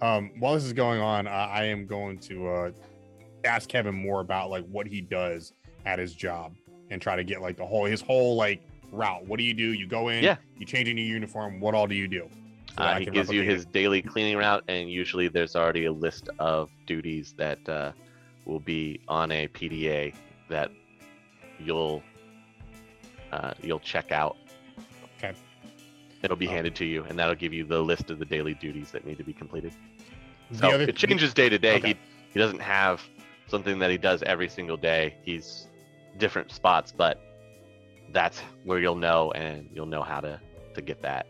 Speaker 1: Um, while this is going on, I, I am going to uh, ask Kevin more about like what he does at his job and try to get like the whole his whole like route. What do you do? You go in,
Speaker 3: Yeah.
Speaker 1: You change into your uniform. What all do you do? So that
Speaker 3: Uh,
Speaker 1: I
Speaker 3: he
Speaker 1: can
Speaker 3: gives you
Speaker 1: replicate
Speaker 3: his daily cleaning route, and usually there's already a list of duties that uh, will be on a PDA that you'll uh, you'll check out.
Speaker 1: Okay.
Speaker 3: It'll be
Speaker 1: Um,
Speaker 3: handed to you, and that'll give you the list of the daily duties that need to be completed.
Speaker 1: it.
Speaker 3: So it changes day to day.
Speaker 1: Okay.
Speaker 3: He he doesn't have something that he does every single day. He's different spots, but that's where you'll know, and you'll know how to to get that.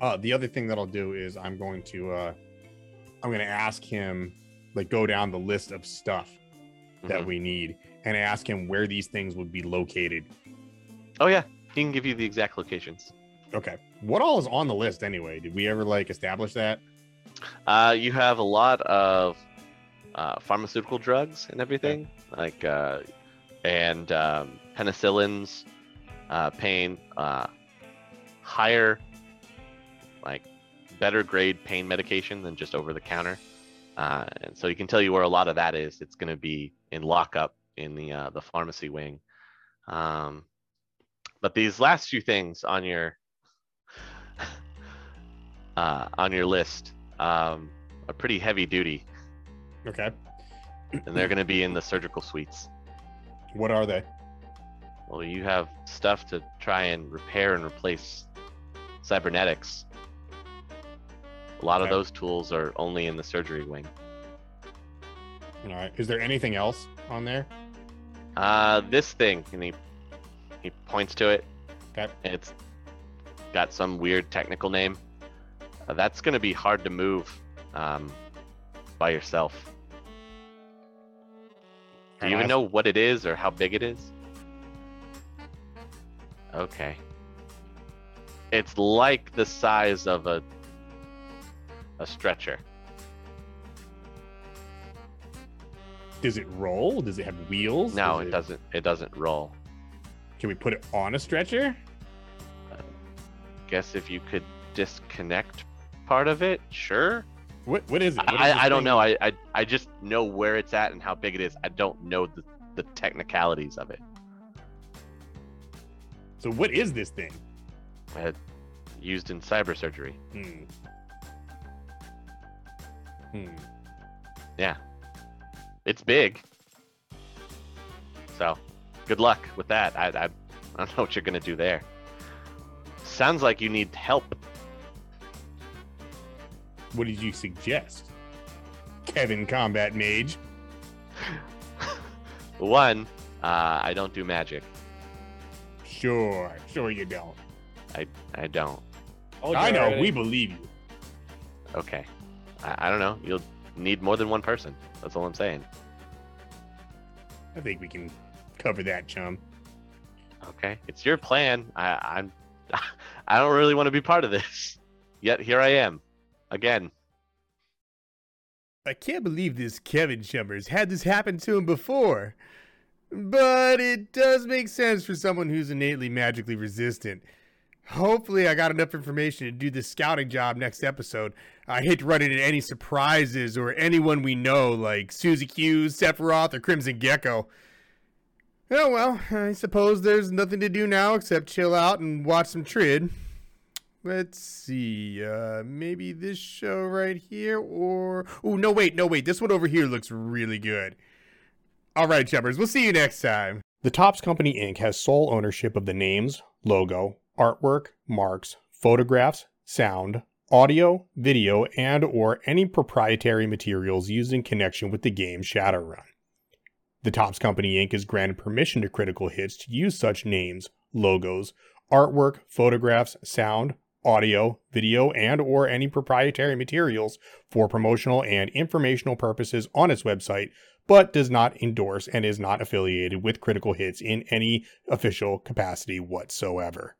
Speaker 1: Uh, the other thing that I'll do is I'm going to uh, I'm going to ask him like go down the list of stuff that
Speaker 3: Mhm.
Speaker 1: we need and ask him where these things would be located.
Speaker 3: Oh yeah, he can give you the exact locations.
Speaker 1: Okay, what all is on the list anyway? Did we ever like establish that?
Speaker 3: Uh, you have a lot of uh, pharmaceutical drugs and everything, like uh, and um, penicillins, uh, pain, uh, higher, like better grade pain medication than just over the counter. Uh, and so you can tell you where a lot of that is. It's going to be in lockup in the uh, the pharmacy wing. Um, but these last few things on your uh, on your list um, are pretty heavy duty,
Speaker 1: Okay,
Speaker 3: and they're going to be in the surgical suites.
Speaker 1: what are they?
Speaker 3: Well, you have stuff to try and repair and replace cybernetics. A lot of
Speaker 1: Okay.
Speaker 3: those tools are only in the surgery wing.
Speaker 1: All right. Is there anything else on there?
Speaker 3: Uh, this thing, and he he points to it.
Speaker 1: Okay.
Speaker 3: And it's got some weird technical name. Uh, that's going to be hard to move um, by yourself. Do you
Speaker 1: Alright,
Speaker 3: even know what it is or how big it is? Okay. It's like the size of a a stretcher.
Speaker 1: Does it roll? Does it have wheels?
Speaker 3: No,
Speaker 1: Does
Speaker 3: it doesn't. It doesn't roll.
Speaker 1: Can we put it on a stretcher?
Speaker 3: Guess if you could disconnect part of it, sure.
Speaker 1: What What is it? What is
Speaker 3: I,
Speaker 1: this
Speaker 3: I- I don't
Speaker 1: thing?
Speaker 3: know. I, I I just know where it's at and how big it is. I don't know the, the technicalities of it.
Speaker 1: So what is this thing?
Speaker 3: Uh, used in cyber surgery.
Speaker 1: Hmm. Hmm.
Speaker 3: It's big. So, good luck with that. I, I, I don't know what you're gonna do there. Sounds like you need help.
Speaker 1: What did you suggest? Kevin Combat Mage.
Speaker 3: One, uh, I don't do magic.
Speaker 1: Sure, sure you don't.
Speaker 3: I don't.
Speaker 4: Told you
Speaker 1: I know,
Speaker 4: already.
Speaker 1: we believe you.
Speaker 3: Okay. I, I don't know. You'll need more than one person. That's all I'm saying.
Speaker 1: I think we can cover that, chum.
Speaker 3: Okay. It's your plan. I, I'm. I don't really want to be part of this. Yet here I am, again.
Speaker 8: I can't believe this Kevin Chummers had this happen to him before. But it does make sense for someone who's innately magically resistant. Hopefully, I got enough information to do this scouting job next episode. I hate to run into any surprises or anyone we know, like Susie Q, Sephiroth, or Crimson Gecko. Oh well, I suppose there's nothing to do now except chill out and watch some Trid. Let's see. Uh, maybe this show right here, or oh no, wait, no, wait. This one over here looks really good. All right, Chubbers. We'll see you next time.
Speaker 1: The Tops Company Inc. has sole ownership of the names, logo, artwork, marks, photographs, sound, audio, video, and or any proprietary materials used in connection with the game Shadowrun. The Tops Company Inc. is granted permission to Critical Hits to use such names, logos, artwork, photographs, sound, audio, video, and or any proprietary materials for promotional and informational purposes on its website but does not endorse and is not affiliated with Critical Hits in any official capacity whatsoever.